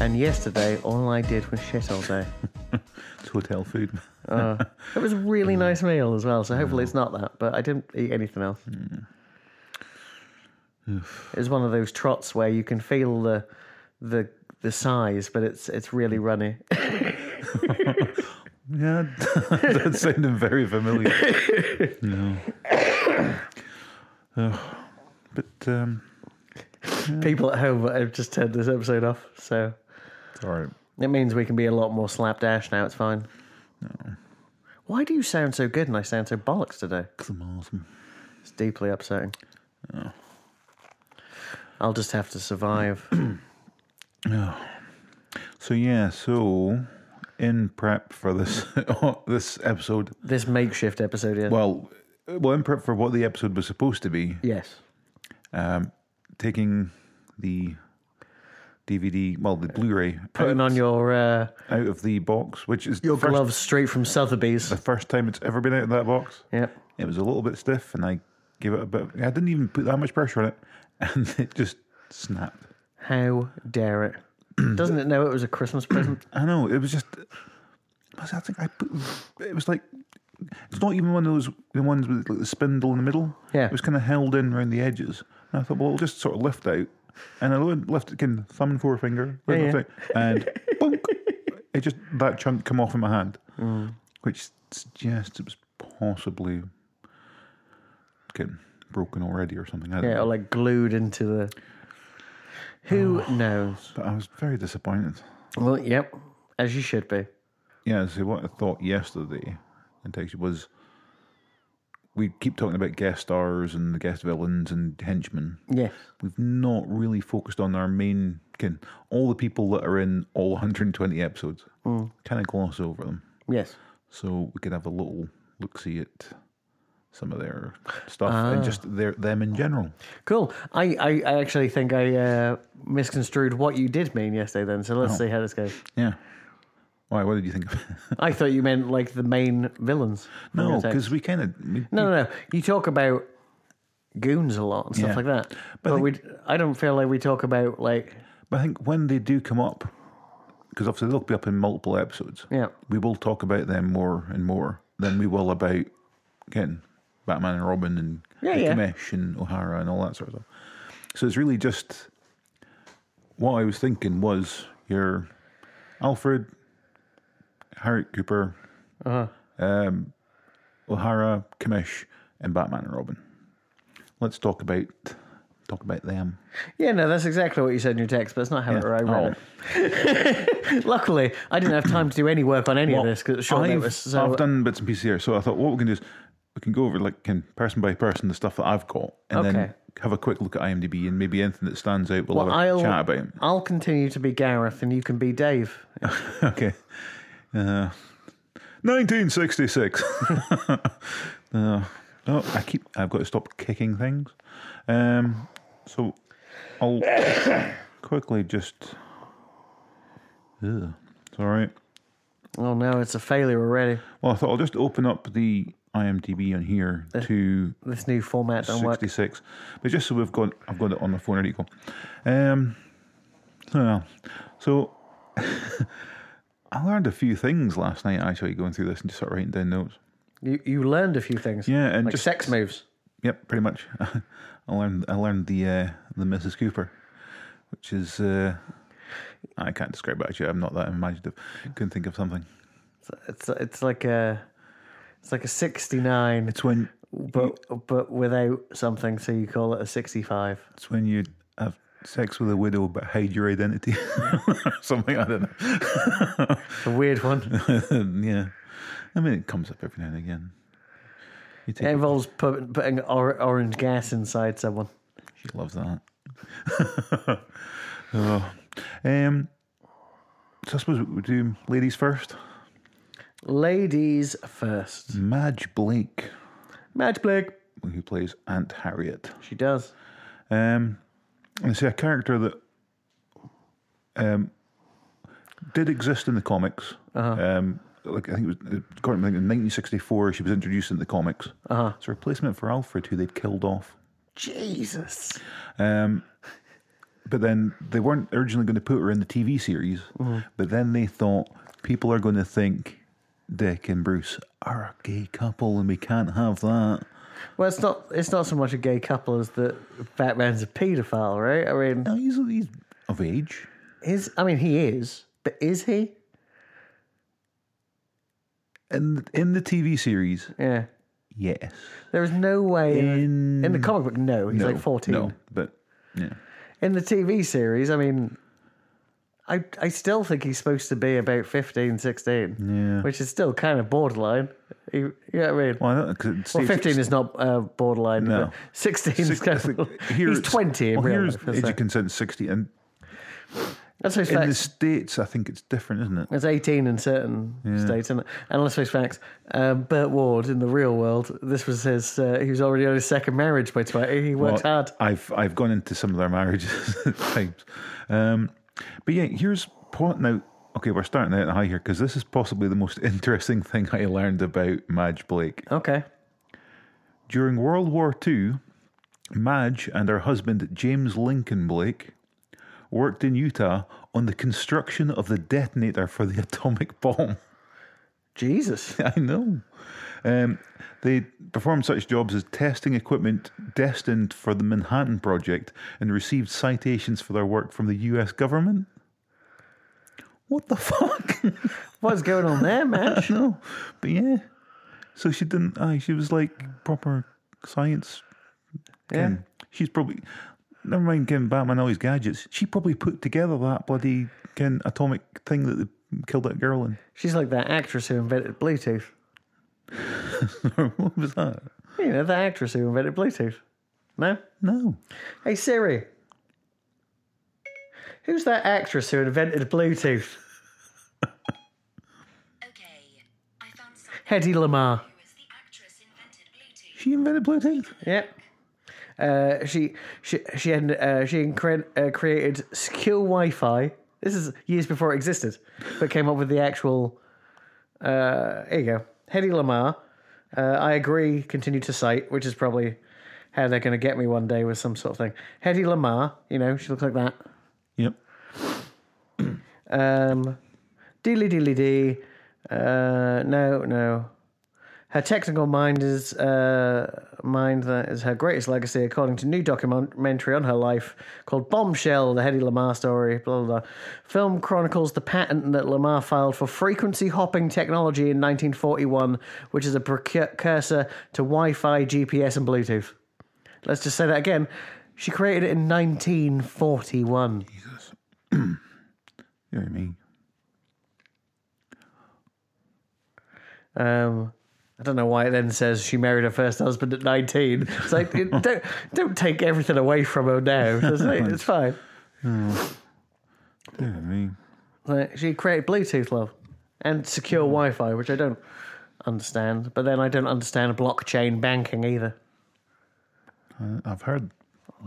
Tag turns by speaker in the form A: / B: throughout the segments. A: And yesterday, all I did was shit all day.
B: It's hotel food.
A: It was a really nice meal as well, so hopefully it's not that. But I didn't eat anything else. It was one of those trots where you can feel the the the size, but it's it's really runny.
B: Yeah, that sounded very familiar. no. Ugh. but um,
A: People at home have just turned this episode off, so
B: it's all right.
A: it means we can be a lot more slapdash now. It's fine. Why do you sound so good and I sound so bollocks today?
B: 'Cause I'm awesome.
A: It's deeply upsetting. I'll just have to survive.
B: So yeah, so in prep for this oh, this episode,
A: this makeshift episode is.
B: well, well, in prep for what the episode was supposed to be,
A: yes.
B: um, taking the DVD, well, the Blu-ray
A: Putting on your uh,
B: out of the box, which is
A: your
B: the first,
A: gloves straight from Sotheby's.
B: the first time it's ever been out of that box.
A: Yep.
B: It was a little bit stiff, and I gave it a bit. I didn't even put that much pressure on it, and it just snapped.
A: How dare it? Doesn't it know it was a Christmas present?
B: I know it was just. Was that thing I put? It was like it's not even one of those the ones with like the spindle in the middle.
A: Yeah.
B: it was kind of held in around the edges. And I thought, well, it'll just sort of lift out, and I left it kind of thumb and forefinger,
A: Yeah, yeah.
B: lift out, and boom, it just that chunk come off in my hand,
A: Mm.
B: which suggests it was possibly getting broken already or something. I don't
A: yeah,
B: know.
A: or like glued into the. Who knows?
B: But I was very disappointed.
A: Oh. Well, yep, as you should be.
B: Yeah, so what I thought yesterday in Texas was we keep talking about guest stars and the guest villains and henchmen.
A: Yes.
B: We've not really focused on our main kin, all the people that are in all 120 episodes.
A: Mm.
B: Kind of gloss over them.
A: Yes.
B: So we could have a little look see at some of their stuff
A: Ah.
B: and just their them in general.
A: Cool. I, I, I actually think I uh, misconstrued what you did mean yesterday then, so let's see how this goes.
B: Yeah. Why? What did you think? of
A: I thought you meant like the main villains. from
B: No,
A: your text.
B: because we kind of.
A: No, no, no. You talk about goons a lot and stuff
B: Yeah.
A: like that. But,
B: I
A: we, I don't feel like we talk about like,
B: But I think when they do come up, because obviously they'll be up in multiple episodes.
A: yeah,
B: we will talk about them more and more than we will about again Batman and Robin and
A: Yeah,
B: the
A: yeah.
B: Kamesh and O'Hara and all that sort of stuff. So it's really just what I was thinking was your Alfred, Harriet Cooper,
A: Uh-huh.
B: um, O'Hara, Kamesh, and Batman and Robin. Let's talk about talk about them.
A: yeah. No, that's exactly what you said in your text, but it's not how it I read
B: Oh.
A: it. Luckily, I didn't have time to do any work on any of this because it's short
B: I've,
A: notice. So
B: I've done bits and pieces here, so I thought what we can do is we can go over like can person by person the stuff that I've got, and
A: Okay.
B: then have a quick look at IMDb and maybe anything that stands out. We'll,
A: well,
B: have a
A: I'll
B: chat about. 'em.
A: I'll continue to be Gareth, and you can be Dave.
B: okay. Uh, 1966. Uh, oh, I keep. I've got to stop kicking things. Um, so I'll quickly just. Ugh, it's all right.
A: Oh no, it's a failure already.
B: Well, I thought I'll just open up the IMDb on here to
A: This new format don't work.
B: 66. But just so we've got, I've got it on the phone ready to go. Um, well, so I learned a few things last night actually going through this and just sort of writing down notes.
A: You you learned a few things.
B: Yeah, and
A: like
B: just-
A: sex moves.
B: Yep, pretty much. I learned, I learned the uh, the Mrs. Cooper, which is uh, I can't describe it actually. I'm not that imaginative. Couldn't think of something.
A: It's it's like a it's like a sixty nine.
B: It's when
A: but but without something, so you call it a sixty-five.
B: it's when you have sex with a widow but hide your identity, something I don't know.
A: It's a weird one.
B: yeah. I mean, it comes up every now and again. You
A: It
B: take it,
A: involves put, putting or, orange gas inside someone.
B: she loves that. oh. um, so I suppose we do ladies first.
A: Ladies first.
B: Hmm. Madge Blake,
A: Madge Blake.
B: who plays Aunt Harriet.
A: She does.
B: Um, and see a character that um, did exist in the comics. Um, like I think it was according to in 1964, she was introduced in the comics. Uh-huh. It's a replacement for Alfred, who they'd killed off.
A: Jesus.
B: Um, But then they weren't originally going to put her in the TV series,
A: Mm-hmm.
B: but then they thought people are going to think Dick and Bruce are a gay couple and we can't have that.
A: Well, it's not. It's not so much a gay couple as that Batman's a paedophile, right? I mean,
B: No, he's, he's of age.
A: is I mean he is, but is he?
B: And in the TV series,
A: Yeah.
B: yes.
A: There is no way
B: In-
A: in the comic book. No, he's
B: no,
A: like fourteen.
B: No, but yeah.
A: In the TV series, I mean, I I still think he's supposed to be about 15, 16,
B: Yeah.
A: which is still kind of borderline. You, you know what I mean?
B: Well, I don't, 'cause it's
A: Well,
B: stage-
A: 15 is not uh, borderline.
B: No.
A: but 16 is
B: six-
A: kind
B: I think
A: of.
B: here
A: he's
B: it's-
A: 20 in
B: well,
A: real
B: here's
A: life. isn't
B: age
A: it?
B: of consent 60 and
A: Let's face
B: in the
A: facts.
B: states I think it's different isn't it
A: It's 18 in certain states. And, and let's face facts. Um, Burt Ward in the real world, this was his, uh, he was already on his second marriage by 20. He worked
B: Well,
A: hard.
B: I've I've gone into some of their marriages at times. Um, but yeah, here's point now. Okay, we're starting out high here because this is possibly the most interesting thing I learned about Madge Blake.
A: Okay.
B: During World War II, Madge and her husband James Lincoln Blake worked in Utah on the construction of the detonator for the atomic bomb.
A: Jesus.
B: I know. Um, they performed such jobs as testing equipment destined for the Manhattan Project and received citations for their work from the US government. What the fuck?
A: What's going on there, man?
B: no. But yeah. So she didn't, aye, she was like proper science.
A: Yeah.
B: Ken. She's probably, never mind giving Batman all his gadgets, she probably put together that bloody Ken, atomic thing that they killed that girl in.
A: She's like that actress who invented Bluetooth.
B: what was that?
A: You know, that actress who invented Bluetooth. No?
B: No.
A: Hey, Siri. Who's that actress who invented Bluetooth?
C: Okay, I found someone
A: Hedy Lamar.
C: who is the actress invented Bluetooth.
B: She invented Bluetooth.
A: Yep. Uh, she she she had, uh, she incre- uh, created Skill Wi-Fi. This is years before it existed, but came up with the actual. Uh, here you go, Hedy Lamar. Uh, I agree. Continue to cite, which is probably how they're going to get me one day with some sort of thing. Hedy Lamar, you know, she looks like that.
B: Yep.
A: Um, deely deely dee. Uh, no, no. Her technical mind is uh, mind that is her greatest legacy, according to new documentary on her life called "Bombshell: The Hedy Lamar Story." Blah blah. blah. Film chronicles the patent that Lamar filed for frequency hopping technology in 1941, which is a precursor to Wi-Fi, GPS, and Bluetooth. Let's just say that again. She created it in 1941.
B: You know what I mean?
A: Um, I don't know why it then says she married her first husband at nineteen. It's like you don't don't take everything away from her now. It's, like, it's fine.
B: You know what I mean?
A: Like, she created Bluetooth love and secure Wi-Fi, which I don't understand. But then I don't understand blockchain banking either.
B: I- I've heard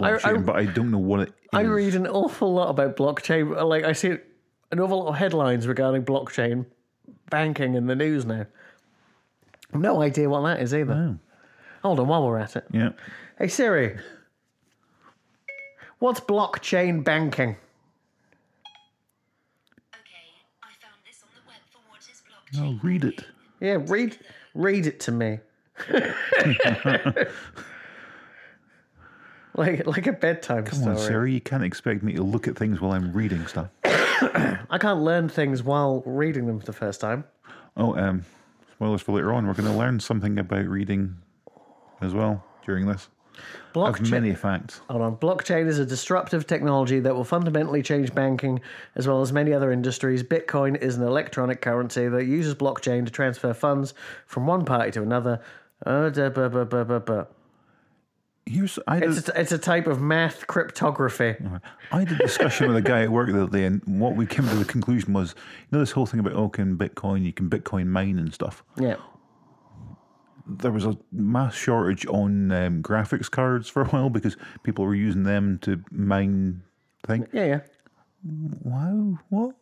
A: I-
B: blockchain, but I don't know what it is.
A: I read an awful lot about blockchain. uh, Like I see an awful lot of headlines regarding blockchain banking in the news now. I've no idea what that is either. Hold on, while we're at it.
B: yeah.
A: Hey Siri, what's blockchain banking?
C: Okay, I found this on the web for what is
B: No,
C: blockchain.
B: read it.
A: Yeah, read read it to me. like like a bedtime
B: Come on,
A: story.
B: Sarah, you can't expect me to look at things while I'm reading stuff.
A: I can't learn things while reading them for the first time.
B: Oh, um, spoilers for later on. We're going to learn something about reading as well during this. I've
A: Blockchain.
B: many facts.
A: Hold on. Blockchain is a disruptive technology that will fundamentally change banking as well as many other industries. Bitcoin is an electronic currency that uses blockchain to transfer funds from one party to another. Uh, da, ba, ba, ba, ba, ba.
B: Here's I did,
A: It's a, it's a type of math cryptography.
B: I had a discussion with a guy at work the other day, and what we came to the conclusion was, you know, this whole thing about oh, can Bitcoin, you can Bitcoin mine and stuff.
A: Yeah.
B: there was a mass shortage on um, graphics cards for a while because people were using them to mine things.
A: Yeah, yeah.
B: Wow, what?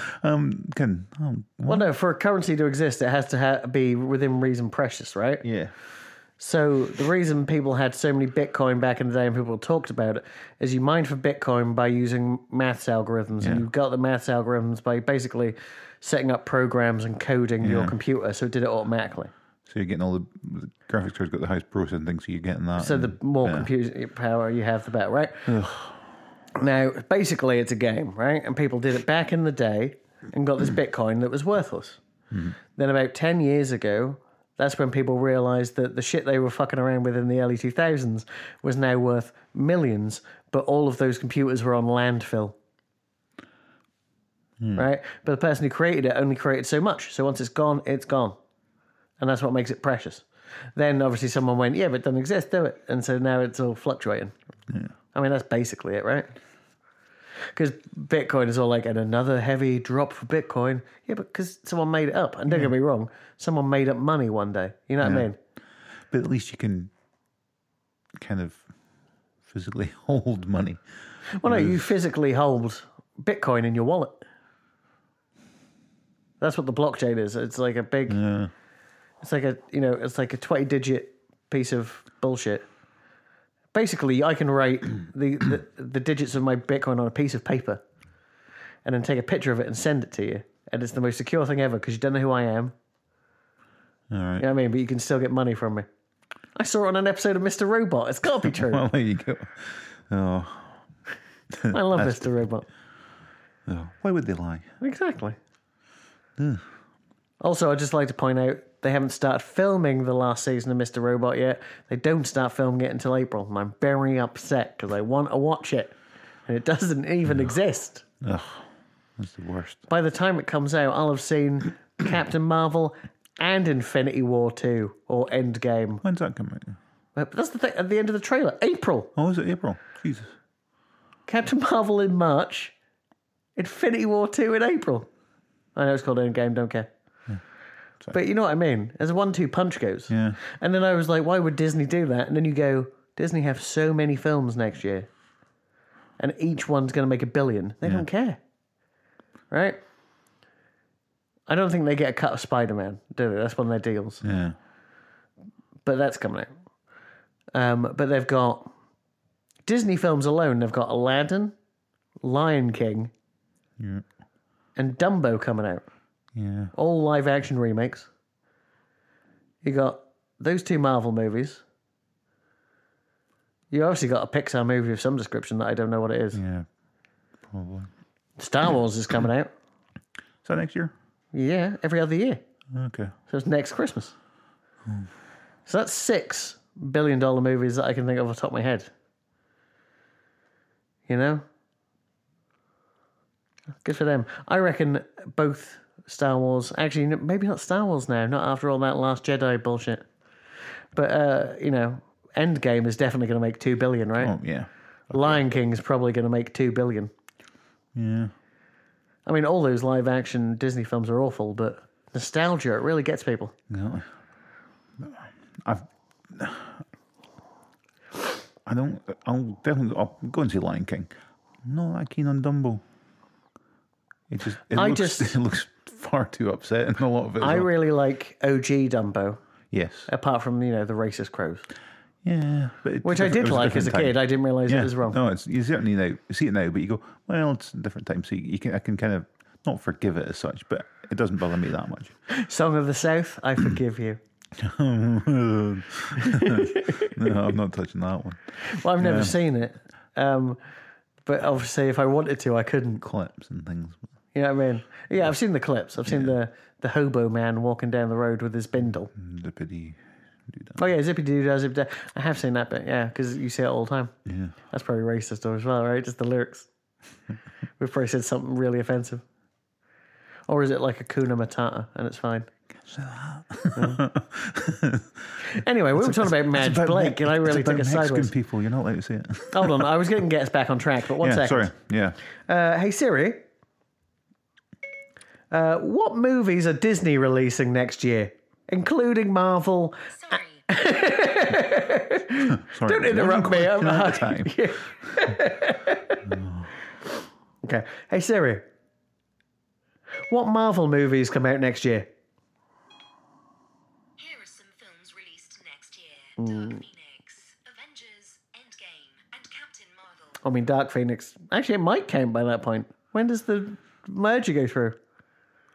B: um, can um,
A: Well, no, for a currency to exist, it has to ha- be within reason precious, right?
B: yeah,
A: So the reason people had so many Bitcoin back in the day and people talked about it is you mined for Bitcoin by using maths algorithms, and you got the maths algorithms by basically setting up programs and coding your
B: Yeah.
A: computer, so it did it automatically.
B: So you're getting all the, the graphics card's got the highest processing thing, so you're getting that.
A: So the
B: and-
A: more
B: yeah.
A: computer power you have, the better, right? Now, basically, it's a game, right? And people did it back in the day and got this Bitcoin that was worthless.
B: Mm-hmm.
A: Then, about 10 years ago, that's when people realized that the shit they were fucking around with in the early 2000s was now worth millions, but all of those computers were on landfill.
B: Hmm.
A: Right? But the person who created it only created so much. So once it's gone, it's gone and that's what makes it precious. Then obviously someone went, yeah, but it doesn't exist, do it? And so now it's all fluctuating. I mean, that's basically it, right? Because Bitcoin is all like, and another heavy drop for Bitcoin. Yeah, but because someone made it up. And don't get me wrong, someone made up money one day. You know what I mean?
B: But at least you can kind of physically hold money.
A: Well, no, you
B: Mm.
A: physically hold Bitcoin in your wallet. That's what the blockchain is. It's like a big,
B: Yeah.
A: it's like a you know, it's like a twenty-digit piece of bullshit. Basically, I can write the, the the digits of my Bitcoin on a piece of paper, and then take a picture of it and send it to you. And it's the most secure thing ever because you don't know who I am.
B: All right.
A: You know what I mean? But you can still get money from me. I saw it on an episode of Mr. Robot. It's got to be true.
B: Well, there you go. Oh,
A: I love Mr. Robot.
B: oh. Why would they lie?
A: Exactly. Also, I'd just like to point out they haven't started filming the last season of Mr. Robot yet. They don't start filming it until April, and I'm very upset because I want to watch it, and it doesn't even exist.
B: Ugh, that's the worst.
A: By the time it comes out, I'll have seen Captain Marvel and Infinity War 2 or Endgame.
B: When's that coming? out?
A: But that's the thing at the end of the trailer April.
B: Oh, is it April? Jesus.
A: Captain Marvel in March, Infinity War 2 in April. I know it's called Endgame, don't care. But you know what I mean? As a one two punch goes.
B: Yeah.
A: And then I was like, why would Disney do that? And then you go, Disney have so many films next year, and each one's going to make a billion. They don't care. Right? I don't think they get a cut of Spider Man, do they? That's one of their deals.
B: Yeah.
A: But that's coming out. Um, but they've got Disney films alone, they've got Aladdin, Lion King,
B: Yeah.
A: and Dumbo coming out.
B: Yeah.
A: all live action remakes. You got those two Marvel movies. You obviously got a Pixar movie of some description that I don't know what it is.
B: Yeah. Probably.
A: Star Wars is coming out.
B: Is that next year?
A: Yeah, every other year.
B: Okay.
A: So it's next Christmas. So that's six billion dollar movies that I can think of off the top of my head. You know? Good for them. I reckon both Star Wars, actually, n- maybe not Star Wars now, not after all that Last Jedi bullshit. But, uh, you know, Endgame is definitely going to make two billion, right?
B: Oh, yeah.
A: Lion King is probably going to make two billion.
B: Yeah.
A: I mean, all those live action Disney films are awful, but nostalgia, it really gets people.
B: No. I've. I don't. I'll definitely. I'll go and see Lion King. I'm not that keen on Dumbo. It just. It
A: I
B: looks,
A: just-
B: It looks far too upsetting. A lot of it. as
A: I
B: well.
A: really like OG Dumbo,
B: yes.
A: apart from you know the racist crows,
B: Yeah. But it-
A: which I
B: it
A: did
B: was
A: like as a
B: different
A: kid.
B: time.
A: I didn't realize
B: yeah.
A: it was wrong.
B: No, it's you certainly now you see it now, but you go well. It's a different time, so you, you can I can kind of not forgive it as such, but it doesn't bother me that much.
A: Song of the South, I forgive you.
B: no, I'm not touching that one.
A: Well, I've never seen it, um, but obviously if I wanted to, I couldn't.
B: Clips and things.
A: You know what I mean? Yeah, I've seen the clips. I've seen the the hobo man walking down the road with his bindle.
B: Lippity do that.
A: Oh yeah, zippy doo dah zip dah. I have seen that bit. Yeah, because you see it all the time.
B: Yeah.
A: That's probably racist though as well, right? Just the lyrics. We've probably said something really offensive. Or is it like a kuna matata and it's fine?
B: uh,
A: Yeah. anyway, we were talking about Madge Blake, and I really took it
B: think Mexican
A: sideways.
B: people, you're not allowed to say it.
A: Hold on, I was getting get us back on track, but one
B: yeah,
A: second.
B: sorry. Yeah.
A: Uh, hey Siri, uh, what movies are Disney releasing next year, including Marvel?
C: Sorry.
B: Sorry.
A: Don't interrupt me. I'm
B: At the time.
A: Okay. Hey Siri, what Marvel movies come out next year?
C: Here are some films released next year. Dark
B: Mm.
C: Phoenix, Avengers, Endgame, and Captain Marvel.
A: I mean, Dark Phoenix. Actually, it might count by that point. When does the merger go through?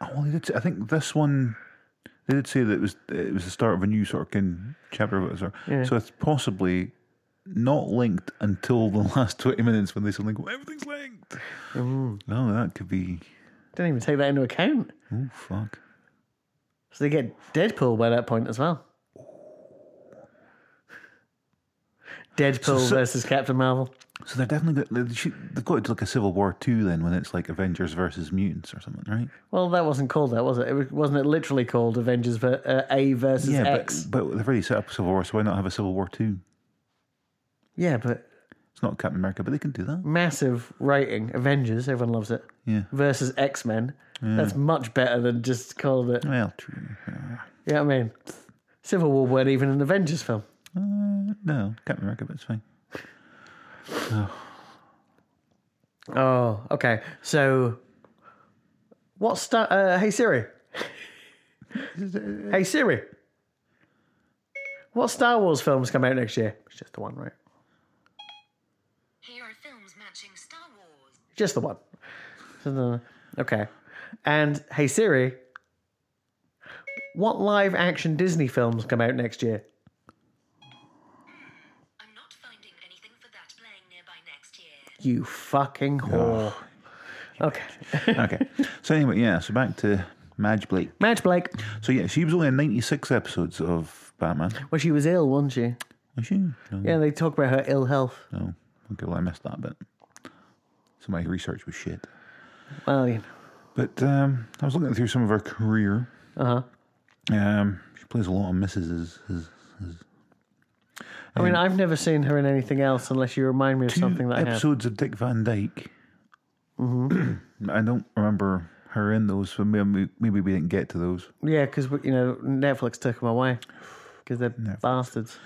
B: Oh, well, they did. Say, I think this one they did say that it was it was the start of a new sort of kin chapter of it. So, so it's possibly not linked until the last twenty minutes when they suddenly go, everything's linked. No, that could be.
A: Didn't even take that into account.
B: Oh fuck.
A: So they get Deadpool by that point as well. Deadpool
B: So- so-
A: versus Captain Marvel.
B: So they're definitely got, they should- they've got to do like a Civil War two then when it's like Avengers versus mutants or something, right?
A: Well, that wasn't called that, was it? it was- wasn't it literally called Avengers ver- uh, A versus
B: yeah,
A: X?
B: but but they've already set up a Civil War, so why not have a Civil War two?
A: yeah, but
B: It's not Captain America, but they can do that.
A: massive rating. Avengers, everyone loves it.
B: Yeah.
A: Versus X Men. That's much better than just calling it.
B: Well, true.
A: You know what I mean? Civil War weren't even an Avengers film.
B: Uh, no, Captain America, but it's fine.
A: Oh, okay. So, what star? Uh, hey Siri. hey Siri. What Star Wars films come out next year? It's just the one, right?
C: Hero films matching Star Wars.
A: Just the one. So the- Okay. And hey Siri. What live action Disney films come out next year?
C: I'm not finding anything for that playing nearby next year.
A: You fucking whore. Okay.
B: okay. So anyway, yeah. So back to Madge Blake.
A: Madge Blake.
B: So yeah, she was only in ninety six episodes of Batman.
A: Well, she was ill, wasn't she?
B: Was she? No.
A: Yeah, they talk about her ill health.
B: no. Okay, well I missed that bit. So my research was shit.
A: Well, you know.
B: But um, I was looking through some of her career.
A: Uh-huh.
B: Uh huh. Um, she plays a lot of misses.
A: I mean, I've never seen her in anything else unless you remind me of
B: Two
A: something that I have.
B: episodes of Dick Van Dyke. Mm-hmm. I don't remember her in those. So maybe, maybe we didn't get to those.
A: Yeah, because you know Netflix took them away because they're bastards.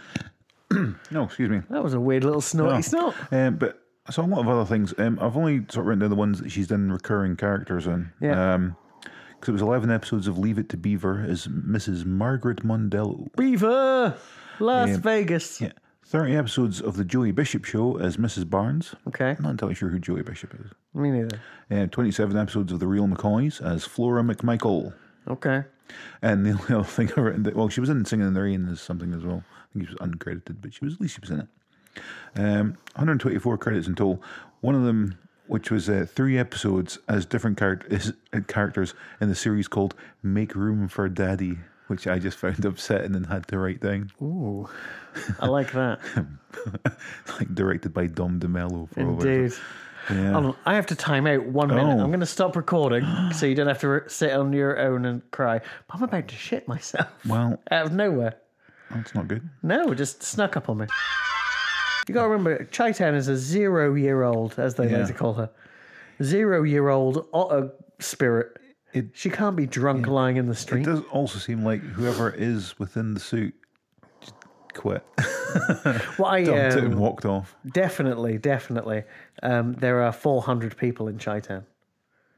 B: No, excuse me.
A: That was a weird little snorty
B: Oh.
A: snort.
B: Um, but so a lot of other things. Um, I've only sort of written down the ones that she's done recurring characters in.
A: Yeah.
B: because it was eleven episodes of Leave It to Beaver as Mrs. Margaret Mondello.
A: Beaver, Las
B: Yeah.
A: Vegas.
B: Yeah. Thirty episodes of the Joey Bishop Show as Mrs. Barnes.
A: Okay,
B: I'm not entirely sure who Joey Bishop is.
A: me neither.
B: Uh, Twenty-seven episodes of the Real McCoys as Flora McMichael.
A: Okay,
B: And the only other thing I've written, that, well, she was in Singing in the Rain as something as well. I think she was uncredited, but she was at least she was in it. Um, 124 credits in total. One of them, which was uh, three episodes as different characters characters in the series called "Make Room for Daddy," which I just found upsetting and had to write down.
A: ooh, I like that.
B: like directed by Dom DeMello. Probably.
A: Indeed.
B: Yeah.
A: Hold on, I have to time out one minute.
B: Oh.
A: I'm going to stop recording so you don't have to re- sit on your own and cry. But I'm about to shit myself
B: Well,
A: out of nowhere.
B: that's not good.
A: No, it just snuck up on me. You gotta remember, Chi Town is a zero year old, as they
B: Yeah.
A: like to call her. Zero year old otter spirit.
B: It-
A: she can't be drunk lying in the
B: It
A: street.
B: does also seem like whoever is within the suit just quit,
A: Well, I
B: dumped it
A: um,
B: and walked off.
A: definitely, definitely. Um, there are 400 people in Chi Town.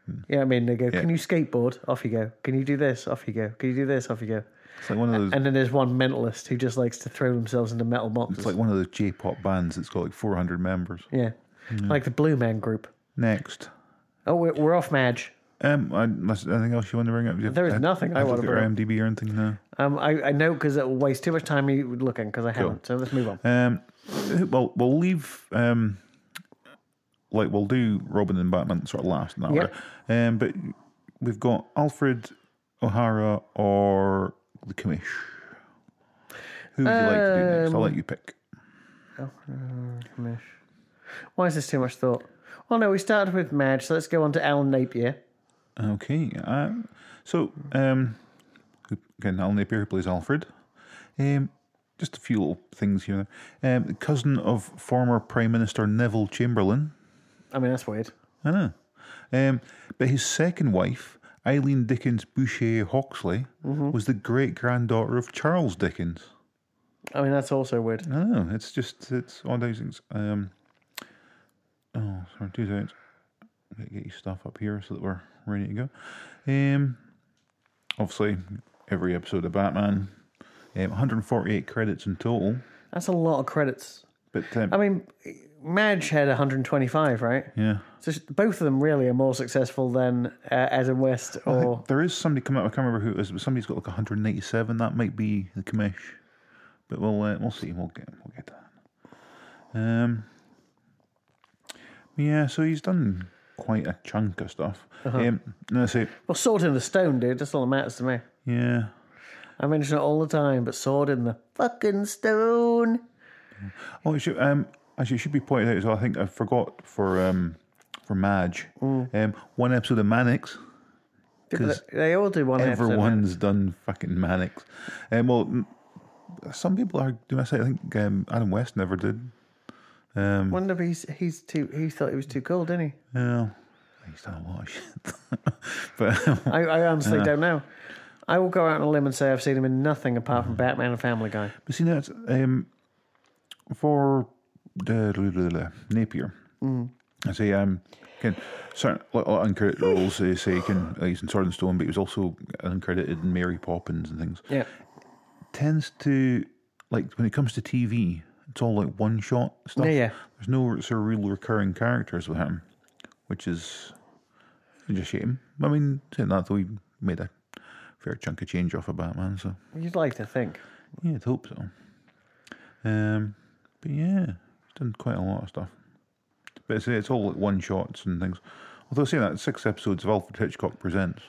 B: Hmm.
A: Yeah, I mean, they go, can you skateboard? Off you go. Can you do this? Off you go. Can you do this? Off you go.
B: It's like one of those.
A: And then there's one mentalist who just likes to throw themselves into metal boxes.
B: It's like one of those J-pop bands that's got like 400 members.
A: yeah.
B: Mm.
A: Like the Blue Man Group.
B: Next,
A: Oh, we're, we're off, Madge.
B: um, I, unless anything else you want to bring up?
A: There is nothing I
B: look
A: wanna
B: at her
A: bring up.
B: IMDb or anything now.
A: Um, I, I know because it will waste too much time me looking because I haven't. So let's move on.
B: Um, well, we'll leave. Um, like we'll do Robin and Batman sort of last in that
A: Yep.
B: order. Um, but we've got Alfred O'Hara or the Commish. Who would you like to do next? I'll let you pick.
A: Mish. Why is this too much thought? Well, no, we started with Madge, so let's go on to Alan Napier.
B: Okay. Uh, so, um, again, Al Napier who plays Alfred. Um, just a few little things here. and there. Um, cousin of former Prime Minister Neville Chamberlain.
A: I mean, that's weird.
B: I know. Um, but his second wife, Eileen Dickens Boucher Hawksley, was the great granddaughter of Charles Dickens.
A: I mean, that's also weird.
B: I know. Oh, It's just, it's all those things. Um, oh, sorry, two seconds. Gotta Get your stuff up here so that we're ready to go. Um, obviously, every episode of Batman, Um, 148 credits in total.
A: That's a lot of credits.
B: But um,
A: I mean, Madge had 125, right?
B: yeah,
A: So sh- both of them really are more successful than uh, Adam West or
B: there is somebody come out. I can't remember who it is, but somebody's got like 187. That might be the commish. But we'll uh, we'll see. We'll get we'll get that. Um. Yeah, so he's done quite a chunk of stuff. Um, no, I say,
A: well, Sword in the Stone, dude. That's all that matters to me.
B: yeah.
A: I mention it all the time, but Sword in the fucking Stone.
B: Oh, it should, um, actually, it should be pointed out as well. I think I forgot for um, for Madge. Um, one episode of Mannix.
A: People,
B: 'Cause
A: they all do one episode. man.
B: Everyone's done fucking Mannix. Um, well, m- some people are doing. I say I think um, Adam West never did. Um,
A: Wonder if he's he's too he thought he was too cool, didn't he?
B: yeah, he's done a lot of shit. but um,
A: I, I honestly don't know. I will go out on a limb and say I've seen him in nothing apart from Batman and Family Guy.
B: but see, that's um, for the Napier. I say um, can certain like, like uncredited roles. They say he can like, he's in Sword and Stone, but he was also uncredited in Mary Poppins and things.
A: Yeah,
B: tends to like when it comes to TV, it's all like one shot stuff.
A: Yeah, yeah.
B: There's no sort of real recurring characters with him, which is just a shame. I mean, saying that though, he made a fair chunk of change off of Batman, so
A: you'd like to think.
B: yeah, I'd hope so. Um, but yeah, he's done quite a lot of stuff. But it's, it's all like one shots and things. Although saying that, six episodes of Alfred Hitchcock Presents.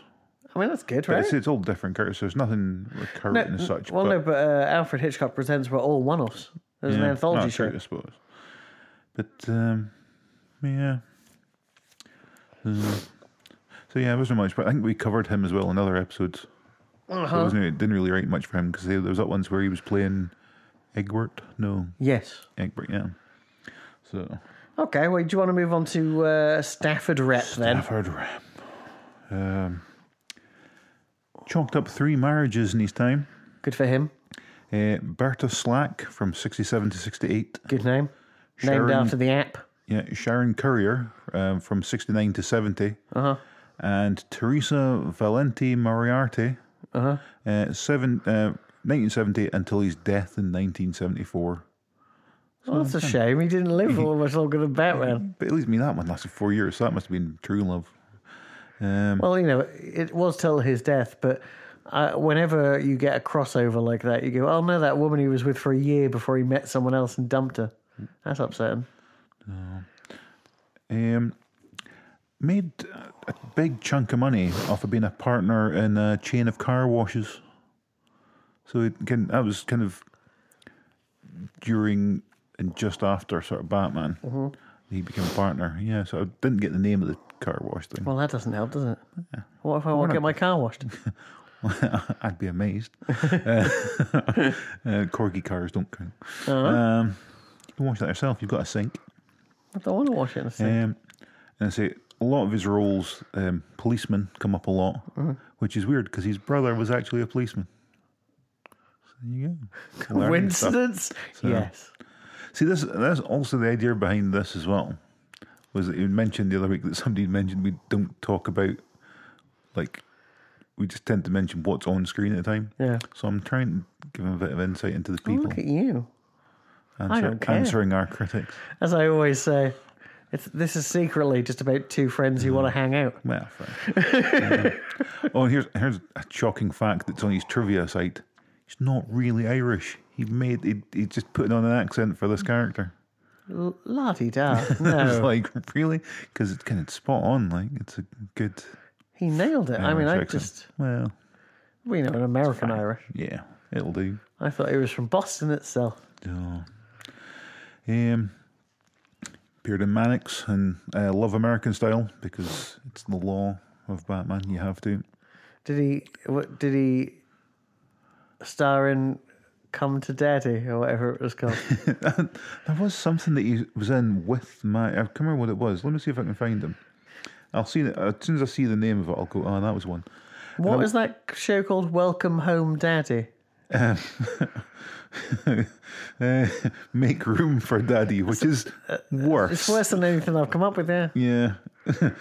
A: I mean, that's good,
B: But
A: right?
B: it's, it's all different characters, so there's nothing recurrent
A: No,
B: as such.
A: well,
B: but
A: no, but uh, Alfred Hitchcock Presents were all one-offs. There's an
B: Yeah.
A: anthology
B: No,
A: show.
B: true, I suppose. But um, yeah. Mm. So yeah, it wasn't much, but I think we covered him as well in other episodes. So it,
A: Uh-huh.
B: wasn't, it didn't really write much for him because there was that ones where he was playing Egbert. No,
A: Yes.
B: Egbert. Yeah. So
A: Okay, well, do you want to move on to uh, Stafford Rep then?
B: Stafford Rep. Um, chalked up three marriages in his time.
A: Good for him.
B: Uh, Berta Slack from sixty-seven to sixty-eight.
A: Good name.
B: Sharon-
A: Named after the app.
B: Yeah, Sharon Courier um, from 69 to 70.
A: Uh-huh.
B: And Teresa Valenti Moriarty,
A: Uh-huh.
B: uh, seven, uh, 1970 until his death in 1974.
A: Well, that's a shame. He didn't live all much longer than Batman.
B: But at least, I mean, that one lasted four years, so that must have been true love. Um,
A: Well, you know, it was till his death, but uh, whenever you get a crossover like that, you go, oh no, that woman he was with for a year before he met someone else and dumped her. That's upsetting.
B: um, made a- a big chunk of money off of being a partner in a chain of car washes. So it can, that was kind of during and just after sort of Batman. He became a partner. Yeah, so I didn't get the name of the car wash thing.
A: Well, that doesn't help, does it? What if I want to
B: not?
A: get my car washed?
B: I'd be amazed. uh, uh, corgi cars don't count. Um, you can wash that yourself. You've got a sink.
A: I don't want to wash it in a sink.
B: Um, and I say a lot of his roles, um, policemen come up a lot,
A: Uh-huh.
B: which is weird because his brother was actually a policeman. So there you go. Learning stuff.
A: Coincidence? Yes.
B: See, this that's also the idea behind this as well. Was that you mentioned the other week that somebody mentioned we don't talk about, like, we just tend to mention what's on screen at the time.
A: Yeah.
B: So I'm trying to give him a bit of insight into the
A: Oh,
B: people
A: Look at you.
B: answer,
A: don't care.
B: answering our critics.
A: As I always say, it's, this is secretly just about two friends who want to
B: Mm-hmm.
A: hang out.
B: Well, fine. Um, oh, and here's here's a shocking fact that's on his trivia site. He's not really Irish. He made he, he's just putting on an accent for this character.
A: La di da.
B: It's
A: No,
B: like really because it's kind of spot on. Like it's a good.
A: he nailed it. I mean, I
B: Irish accent.
A: just,
B: well,
A: we know, an American Irish.
B: yeah, it'll do.
A: I thought he was from Boston itself.
B: Oh. Um, appeared in Mannix and uh, Love American Style because it's the law of Batman. You have to.
A: Did he? What did he star in? Come to Daddy or whatever it was called.
B: There was something that he was in with my. I can't remember what it was. Let me see if I can find him. I'll see it as soon as I see the name of it. I'll go. Oh, that was one.
A: what was that show called? Welcome Home, Daddy.
B: Uh, make room for daddy, which is worse.
A: It's worse than anything I've come up with. Yeah,
B: Yeah.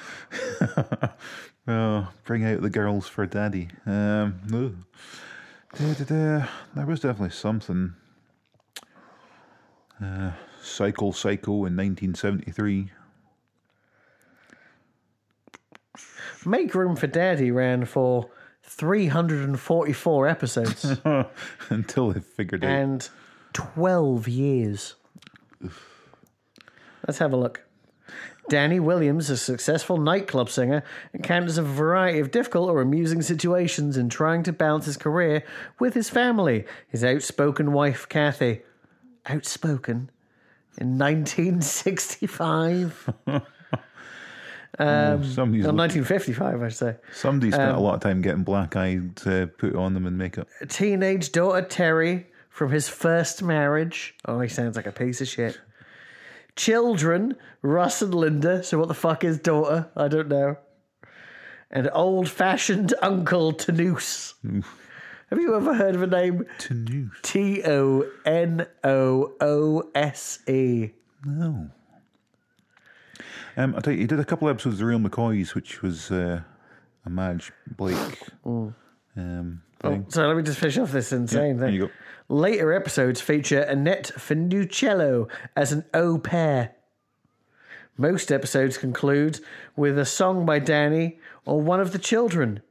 B: oh, bring out the girls for daddy. Um, ugh. Da-da-da. There was definitely something. Uh, Cycle Psycho in 1973.
A: Make Room for Daddy ran for 344 episodes
B: Until they figured out.
A: and 12 years. Let's have a look. Danny Williams, a successful nightclub singer, encounters a variety of difficult or amusing situations in trying to balance his career with his family. His outspoken wife, Kathy. Outspoken? In 1965?
B: somebody's
A: No,
B: look-
A: 1955, I should say.
B: somebody spent a lot of time getting black eyed to put on them and makeup.
A: A teenage daughter, Terry, from his first marriage. Oh, he sounds like a piece of shit. Children, Russ and Linda. So, what the fuck is daughter? I don't know. And old fashioned uncle, Tanous. Have you ever heard of a name
B: To news.
A: T O N O O S E?
B: No. Um, I tell you, he did a couple of episodes of The Real McCoys, which was uh, a Madge Blake um, thing.
A: So Oh, let me just finish off this insane
B: there
A: thing.
B: you go.
A: Later episodes feature Annette Finucello as an au pair. Most episodes conclude with a song by Danny or one of the children.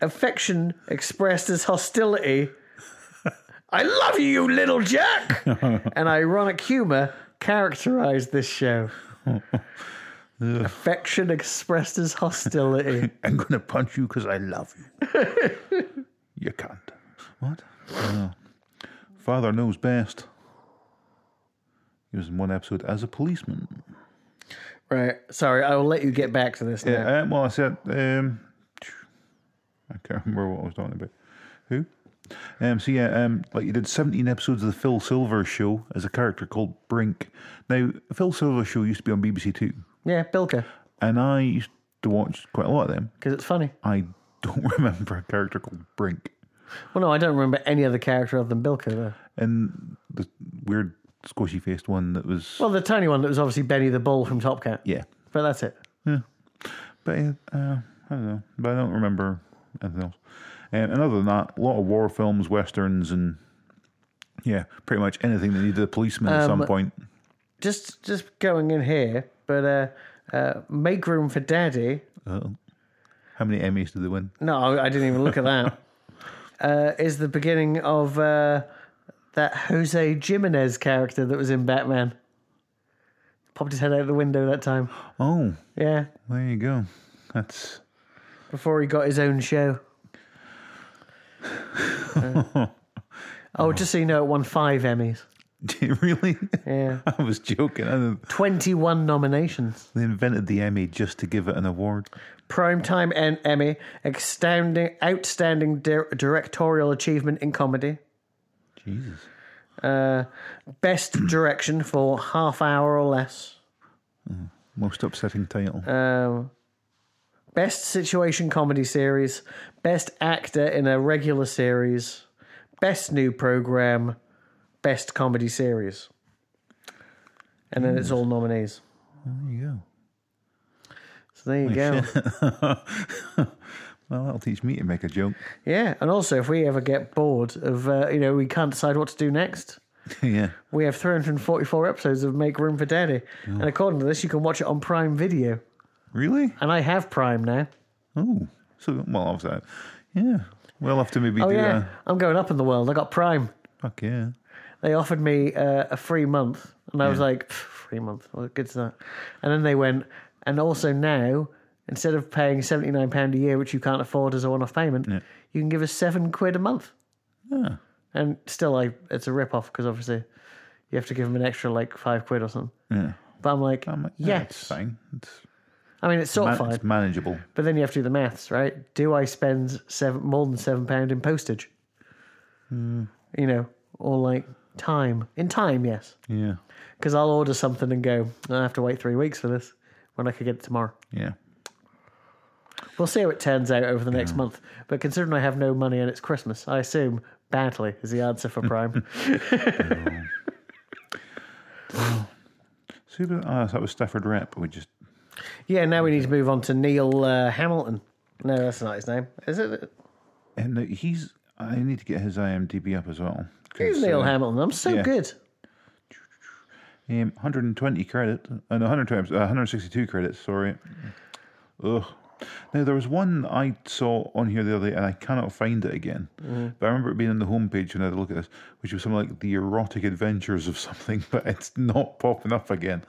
A: Affection expressed as hostility. I love you, you little jerk! and ironic humor characterized this show. Affection expressed as hostility.
B: I'm going to punch you because I love you. you can't. What? Oh. Father knows best. He was in one episode as a policeman.
A: right, sorry, I will let you get back to this now.
B: Yeah, uh, well, I said, um, I can't remember what I was talking about. Who? Um, so yeah, um, like you did 17 episodes of the Phil Silvers show as a character called Brink. Now, Phil Silvers show used to be on BBC Two,
A: Yeah, Bilka,
B: and I used to watch quite a lot of them.
A: because it's funny.
B: I don't remember a character called Brink,
A: Well, no, I don't remember any other character other than Bilka. Though.
B: and the weird squishy faced one that was
A: Well, the tiny one that was obviously Benny the Bull from Top Cat.
B: yeah,
A: But that's it.
B: But uh, uh, I don't know. But I don't remember anything else. Um, and other than that, a lot of war films, westerns, and yeah, pretty much anything that needed a policeman at
A: Um,
B: some point.
A: Just just going in here, but uh, uh, make room for Daddy.
B: Uh, how many Emmys did they win?
A: No, I didn't even look at that. Uh, is the beginning of uh, that Jose Jimenez character that was in Batman. Popped his head out the window that time.
B: Oh,
A: Yeah,
B: there you go. That's
A: before he got his own show. Uh, oh, just so you know, it won five Emmys.
B: really.
A: Yeah.
B: I was joking. I don't-
A: 21 nominations.
B: they invented the Emmy just to give it an award.
A: Primetime and Emmy, outstanding, outstanding di- directorial achievement in comedy.
B: Jesus.
A: Best direction for half hour or less.
B: Most upsetting title.
A: Um, best situation comedy series. Best actor in a regular series. Best new program. Best comedy series. And then it's all nominees.
B: there you go.
A: So there you go.
B: Well, that'll teach me to make a joke.
A: Yeah, and also if we ever get bored of, uh, you know, we can't decide what to do next.
B: yeah.
A: We have 344 episodes of Make Room for Daddy. And according to this, you can watch it on Prime Video.
B: Really?
A: And I have Prime now.
B: Oh. So well, obviously. Yeah. We'll have to maybe
A: Oh,
B: do
A: yeah.
B: a
A: I'm going up in the world. I got Prime.
B: Fuck yeah.
A: They offered me uh, a free month. And I was like, "Pff, free month. What good's that? And then they went, and also now, instead of paying £79 a year, which you can't afford as a one off payment, you can give us seven quid a month.
B: Yeah.
A: And still, I it's a rip off because obviously you have to give them an extra like five quid or something.
B: Yeah.
A: But I'm like,
B: I'm like, yeah, it's
A: yes.
B: fine. It's,
A: I mean, it's sort
B: man-
A: of fine.
B: it's manageable.
A: But then you have to do the maths, right? Do I spend seven more than seven pound in postage?
B: Hmm.
A: You know, or like time in time, yes,
B: Yeah.
A: because I'll order something and go. I have to wait three weeks for this when I could get it tomorrow.
B: Yeah.
A: We'll see how it turns out over the next month. But considering I have no money and it's Christmas, I assume badly is the answer for Prime.
B: Super. Ah, so that was Stafford Rep. We just.
A: yeah, now we need to move on to Neil uh, Hamilton. No, that's not his name, is it?
B: And no, he's. I need to get his IMDb up as well. 'cause,
A: Who's Neil
B: uh,
A: Hamilton? I'm so
B: yeah.
A: good.
B: Um, 120 credit, uh, no, 100 times, uh, 162 credits. Sorry. Ugh. Now there was one I saw on here the other day, and I cannot find it again.
A: Mm-hmm.
B: But I remember it being on the homepage when I had a look at this, which was something like the erotic adventures of something, but it's not popping up again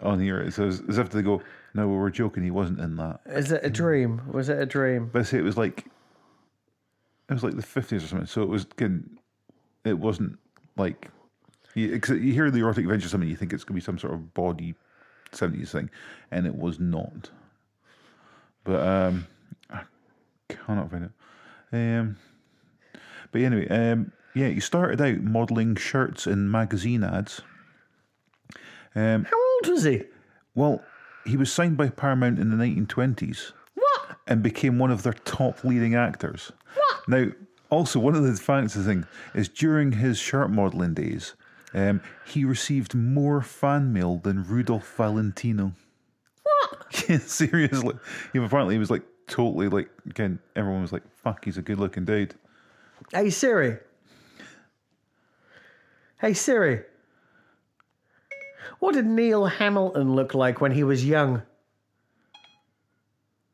B: on here. It's as, as if they go, "No, we were joking. He wasn't in that."
A: Is it a dream? Was it a dream?
B: But I say it was like it was like the fifties or something. So it was again, it wasn't like you, 'cause you hear the erotic adventure something, you think it's gonna be some sort of body seventies thing, and it was not. But um, I cannot find it. Um, but anyway, um, yeah, he started out modelling shirts in magazine ads. Um,
A: How old was he?
B: well, he was signed by Paramount in the nineteen twenties
A: What?
B: and became one of their top leading actors. Now, also one of the fancy things is during his shirt modelling days, um, he received more fan mail than Rudolph Valentino. What? Yeah, seriously. He apparently he was like totally like again. Everyone was like, "Fuck, he's a good looking dude."
A: Hey Siri. Hey Siri. What did Neil Hamilton look like when he was young?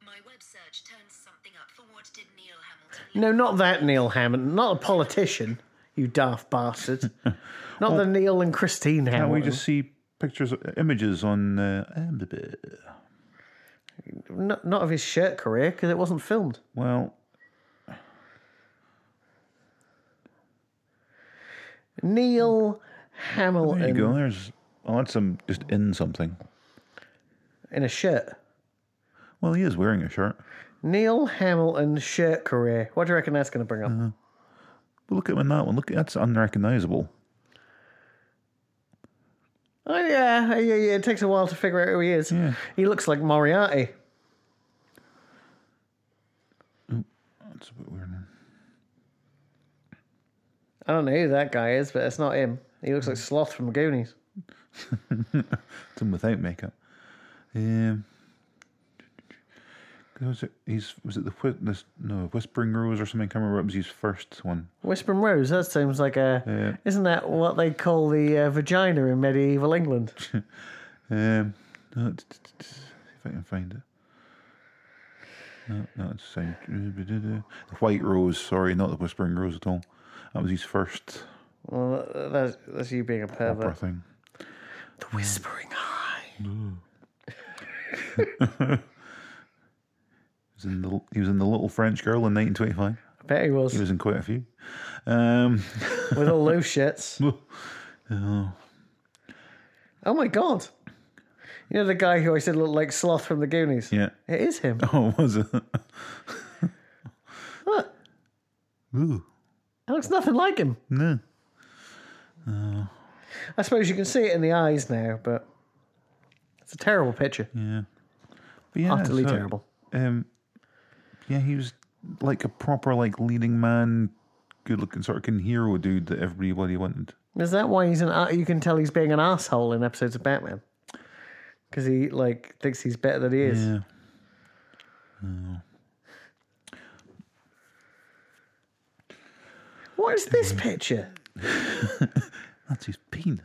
C: My web search turns something up for what did Neil Hamilton.
A: No, not that Neil Hamilton. Not a politician, you daft bastard. Not the Neil and Christine
B: Now
A: Hamilton.
B: we just see pictures, images on uh, IMDb.
A: Not, not of his shirt career, because it wasn't filmed.
B: Well,
A: Neil Hamilton
B: there you go. There's I had some just in something.
A: in a shirt.
B: Well, he is wearing a shirt.
A: Neil Hamilton shirt career. What do you reckon that's going to bring up?
B: Uh-huh. Well, look at him in that one. Look, that's unrecognizable.
A: Oh, yeah, yeah, yeah, it takes a while to figure out who he is.
B: Yeah.
A: He looks like Moriarty.
B: That's a bit weird.
A: I don't know who that guy is, but it's not him. He looks like Sloth from Goonies.
B: It's him without makeup. Um, 'cause was it, he's was it the Whi- this, no Whispering Rose or something? I can't remember. It was his first one.
A: Whispering Rose, that seems like a. Isn't that what they call the uh, vagina in medieval England?
B: Um, no, t- t- t- see if I can find it. No, no, it's the same. The White Rose. Sorry, not the Whispering Rose at all. That was his first
A: well, that's, that's you being a
B: opera
A: pervert.
B: thing.
A: The Whispering Eye.
B: He was in the he was in the Little French Girl in
A: I
B: 1925.
A: bet he was.
B: He was in quite a few. Um,
A: With all those shits. Oh my god. You know the guy who I said looked like Sloth from the Goonies?
B: yeah.
A: It is him.
B: Oh, was it?
A: Look,
B: Ooh,
A: it looks nothing like him.
B: no.
A: I suppose you can see it in the eyes now, but it's a terrible picture.
B: Yeah. But yeah
A: Utterly
B: so,
A: terrible.
B: Um, yeah, he was like a proper, like, leading man, good looking sort of fucking hero dude that everybody wanted.
A: Is that why he's an? ar- You can tell he's being an asshole in episodes of Batman because he like thinks he's better than he is.
B: Yeah.
A: What is this picture?
B: That's his penis.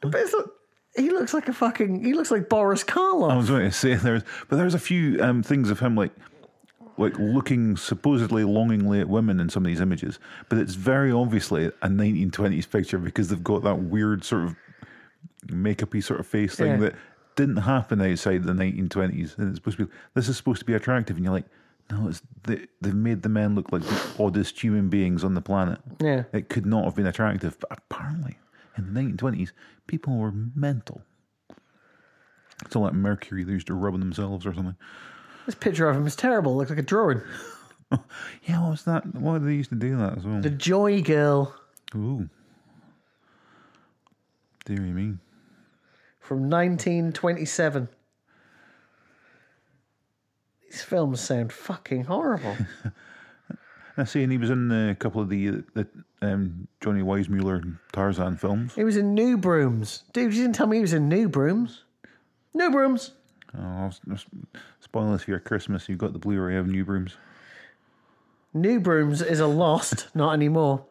A: But it's not- he looks like a fucking. He looks like Boris Karloff.
B: I was going to say there's, but there's a few um, things of him, like, like looking supposedly longingly at women in some of these images, but it's very obviously a 1920s picture because they've got that weird sort of makeupy sort of face thing
A: Yeah.
B: that didn't happen outside the 1920s, and it's supposed to be this is supposed to be attractive, and you're like, no, it's they, they've made the men look like the oddest human beings on the planet.
A: Yeah.
B: it could not have been attractive, but apparently in the 1920s, people were mental. It's all that mercury they used to rub on themselves or something.
A: This picture of him is terrible. Looks like a drawing.
B: Yeah, what was that? Why did they used to do that as well?
A: The Joy Girl
B: Ooh. Deary me.
A: from 1927. These films sound fucking horrible.
B: I see, and he was in a couple of the, the um, Johnny Weissmuller Tarzan films.
A: he was in New Brooms, dude. You didn't tell me he was in New Brooms. New Brooms.
B: Oh, I'll s- I'll s- spoil this for your Christmas. You've got the Blu-ray of New Brooms.
A: New Brooms is a lost, not anymore.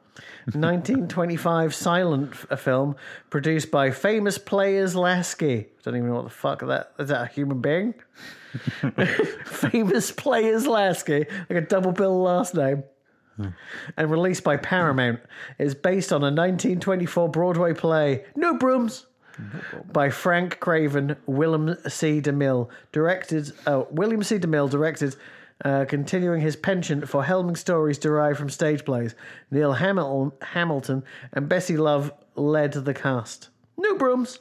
A: 1925 silent f- a film produced by famous players Lasky. Don't even know what the fuck that is. That a human being? famous players Lasky, like a double bill last name, and released by Paramount. It's based on a 1924 Broadway play, New Brooms, by Frank Craven, Willem C. DeMille, directed. Oh, William C. DeMille directed, uh, continuing his penchant for helming stories derived from stage plays. Neil Hamilton, Hamilton and Bessie Love led the cast. New Brooms.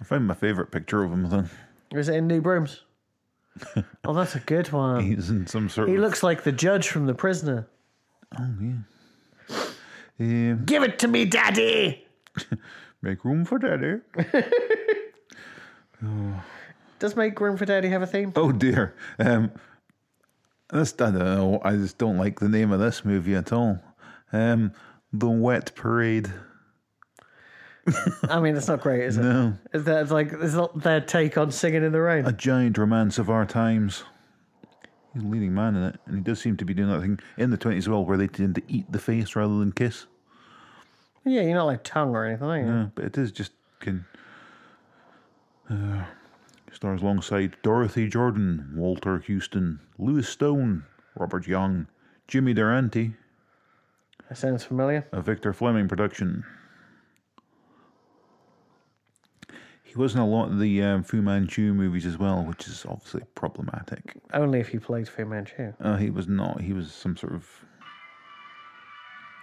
B: I found my favourite picture of him. Then
A: Is it in New Brooms? oh, that's a good one.
B: he's in some sort
A: He
B: of.
A: looks like the judge from The Prisoner.
B: um,
A: Give it to me, Daddy.
B: make room for daddy.
A: Does Make Room for Daddy have a theme?
B: Oh dear. Um, this I don't know. I just don't like the name of this movie at all. Um, the Wet Parade.
A: I mean, it's not great, is it? No. Is that like is that their take on singing in the rain?
B: Oh, A giant romance of our times. He's a leading man in it, and he does seem to be doing that thing in the twenties as well, where they tend to eat the face rather than kiss.
A: yeah, you're not like tongue or anything. Are you?
B: Yeah, but it is just can. Uh, stars alongside Dorothy Jordan, Walter Houston, Lewis Stone, Robert Young, Jimmy Durante,
A: That sounds familiar.
B: a Victor Fleming production. He was in a lot of the um, Fu Manchu movies as well, which is obviously problematic.
A: Only if you played Fu Manchu.
B: Uh, he was not. He was some sort of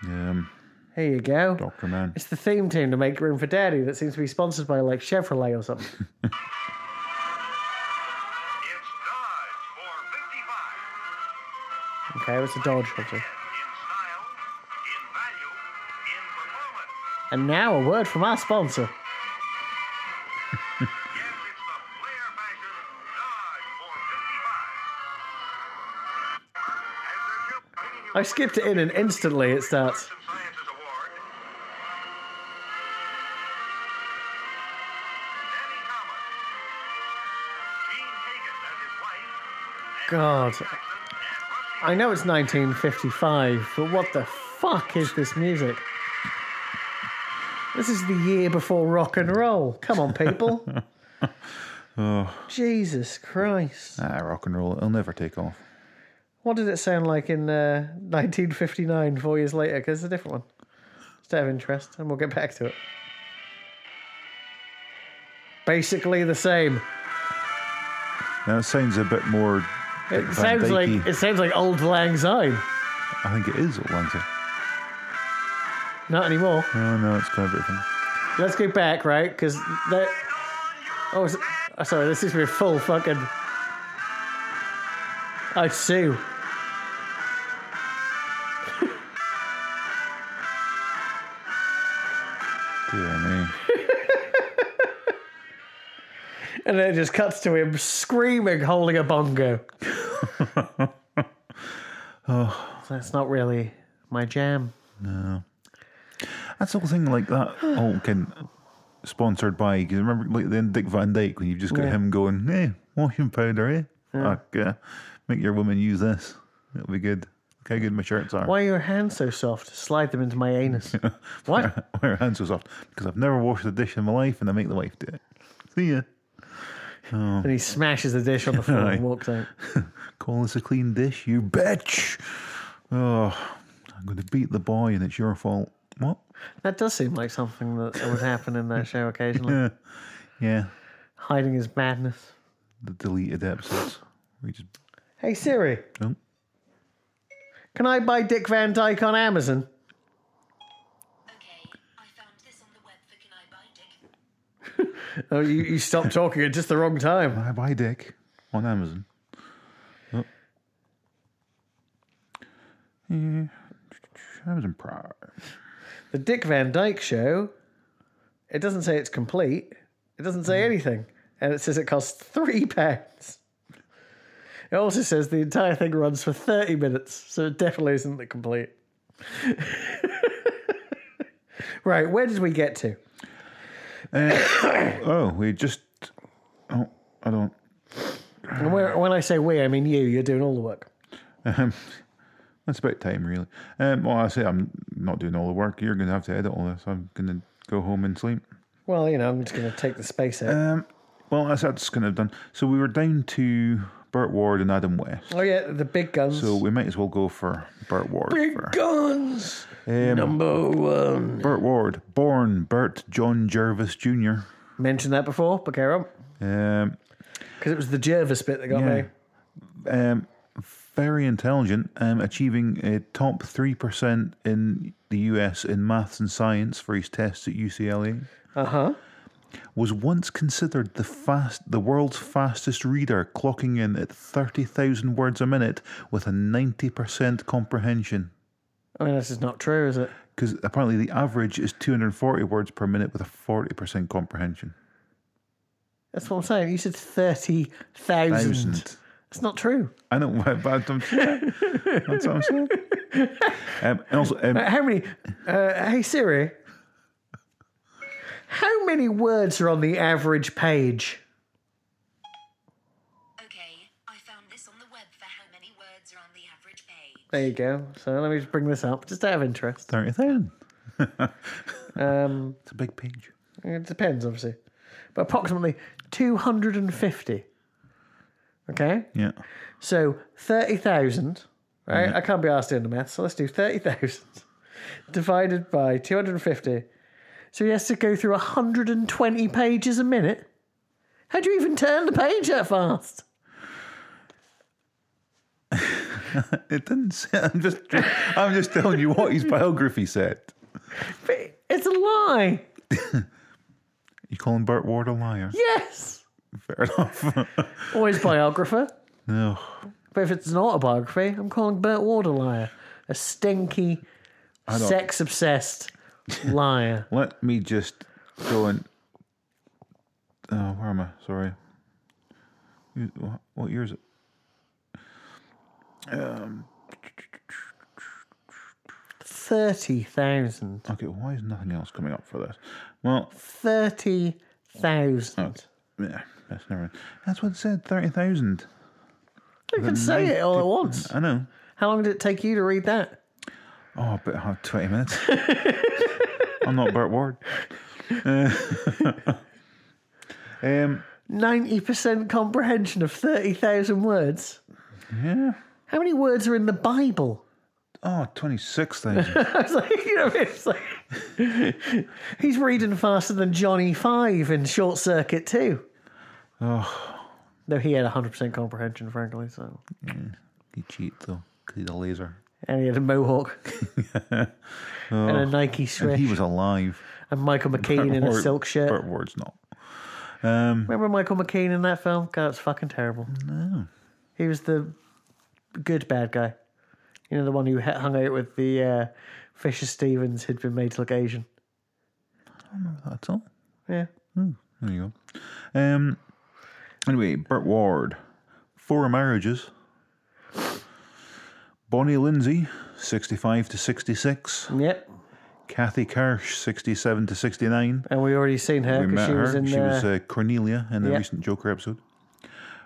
B: um,
A: Here you go.
B: Doctor Man.
A: It's the theme tune to Make Room for Daddy that seems to be sponsored by like Chevrolet or something.
D: It's Dodge 455.
A: Okay, it's a Dodge Hunter. And
D: In style, in value, in performance.
A: now a word from our sponsor.
D: Yes, it's the Blair Fashion Dodge 455.
A: I skipped it in and instantly it starts.
D: Sciences Award. Danny Thomas. Gene Hagen as his wife.
A: God,
D: And Rusty
A: I know it's 1955, but what the fuck is this music? This is the year before rock and roll. Come on, people. Jesus Christ.
B: Ah, rock and roll. It'll never take off.
A: What did it sound like in uh, 1959, four years later? Because it's a different one. Just out of interest, and we'll get back to it. Basically the same.
B: Now it sounds a bit more.
A: It
B: Van
A: sounds like
B: Dyke-y.
A: it sounds like old lang syne.
B: I think it is Atlanta.
A: Not anymore.
B: Oh no, it's kind of different.
A: Let's go back, right? Because that. Oh, is it- oh, sorry. This is with full fucking. I sue.
B: Dear me.
A: And then it just cuts to him screaming, holding a bongo. oh. That's not really my jam.
B: That's the whole thing, like that. Oh, can sponsored by because remember, like then Dick Van Dyke when you've just got
A: Yeah.
B: him going, "Hey, washing powder, eh? Fuck, yeah. make your woman use this. It'll be good. Look how good my shirts are.
A: Why are your hands so soft? Slide them into my anus. what?
B: Why are your hands so soft? Because I've never washed a dish in my life, and I make the wife do it. See ya.
A: And he smashes the dish on the floor and walks out.
B: Call this a clean dish, you bitch. Oh, I'm going to beat the boy, and it's your fault. What?
A: That does seem like something that would happen in that show occasionally.
B: Yeah,
A: Hiding his madness.
B: the deleted episodes. We just
A: Hey Siri,
B: don't.
A: can I buy Dick Van Dyke on Amazon?
C: Okay, I found this on the web for Can I Buy Dick?
A: Oh, you, you stopped talking at just the wrong time.
B: I buy Dick on Amazon. Oh. Yeah. Amazon Prime.
A: The Dick Van Dyke Show. It doesn't say it's complete. It doesn't
B: Mm.
A: say anything, and it says it costs three pounds. It also says the entire thing runs for thirty minutes, so it definitely isn't the complete. right, where did we get to?
B: Oh, we just. Oh, I don't.
A: And where, when I say we, I mean you. You're doing all the work.
B: Um, That's about time, really. Um, well, I say I'm not doing all the work. You're going to have to edit all this. I'm going to go home and sleep.
A: Well, you know, I'm just going to take the space out.
B: Um, well, that's, that's kind of done. So we were down to Burt Ward and Adam West.
A: oh yeah, the big guns.
B: So we might as well go for Burt Ward.
A: big
B: for-
A: guns.
B: Um,
A: Number one.
B: Burt Ward, born Burt John Jervis Jr.
A: Mentioned that before, but carry on.
B: Um,
A: Because it was the Jervis bit that got
B: Yeah.
A: me.
B: um, very intelligent, um, achieving a top 3% in the US in maths and science for his tests at UCLA.
A: Uh huh.
B: E. was once considered the fast, the world's fastest reader, clocking in at thirty thousand words a minute with a ninety percent comprehension.
A: I mean, this is not true, is it?
B: Because apparently the average is two hundred forty words per minute with a forty percent comprehension.
A: That's what I'm saying. You said 30,000.
B: Thousand.
A: That's not true.
B: I know, but I'm, that's what I'm saying. Um, and also, um,
A: Uh, How many? Uh, hey, Siri. How many words are on the average page?
C: Okay, I found this on the web for how many words are on the average page.
A: There you go. So let me just bring this up, just out of interest.
B: thirty thousand.
A: Um,
B: It's a big page.
A: it depends, obviously, but approximately 250. Okay,
B: Yeah,
A: so 30,000. Right, I can't be asked doing the math, so let's do 30,000 divided by 250. So he has to go through 120 pages a minute. How do you even turn the page that fast?
B: it didn't. Say, I'm just, I'm just telling you what his biography said.
A: But It's a lie.
B: You calling Burt Ward a liar?
A: Yes.
B: Fair enough.
A: Or his biographer.
B: no.
A: But if it's an autobiography, I'm calling Bert Ward a liar. A stinky,
B: don't-
A: sex obsessed liar.
B: Let me just go and. Oh, where am I? Sorry. You- wha- What year is it? Um.
A: 30,000.
B: Okay. Why is nothing else coming up for this? Well,
A: 30,000.
B: yeah, that's never. That's what it said. Thirty thousand.
A: You can say it all at once.
B: I know.
A: How long did it take you to read that?
B: Oh, but uh, twenty minutes. I'm not Bert Ward. Uh, um.
A: 90% comprehension of 30,000 words.
B: Yeah.
A: How many words are in the Bible?
B: Oh, 26,000.
A: I was like, you know, it's like, he's reading faster than Johnny Five in Short Circuit too. Though he had 100% comprehension, frankly, so.
B: he cheat though, because he's a laser.
A: And he had a mohawk. And a Nike
B: And
A: swish.
B: he was alive.
A: and Michael McKean in a
B: Ward-
A: silk shirt.
B: Burt Ward's not. Um,
A: Remember Michael McKean in that film? God, it's fucking terrible. No. He was the good bad guy. You know, the one who ha- hung out with the uh, Fisher Stevens who'd been made to look Asian.
B: that's all.
A: Yeah.
B: There you go. Um, anyway, Burt Ward, four marriages. Bonnie Lindsay, 65 to 66.
A: Yep.
B: Kathy Kirsch, 67 to 69.
A: And we already seen her
B: We
A: because
B: met
A: she
B: her.
A: was in
B: she
A: uh,
B: was uh, Cornelia in the
A: yeah.
B: recent Joker episode.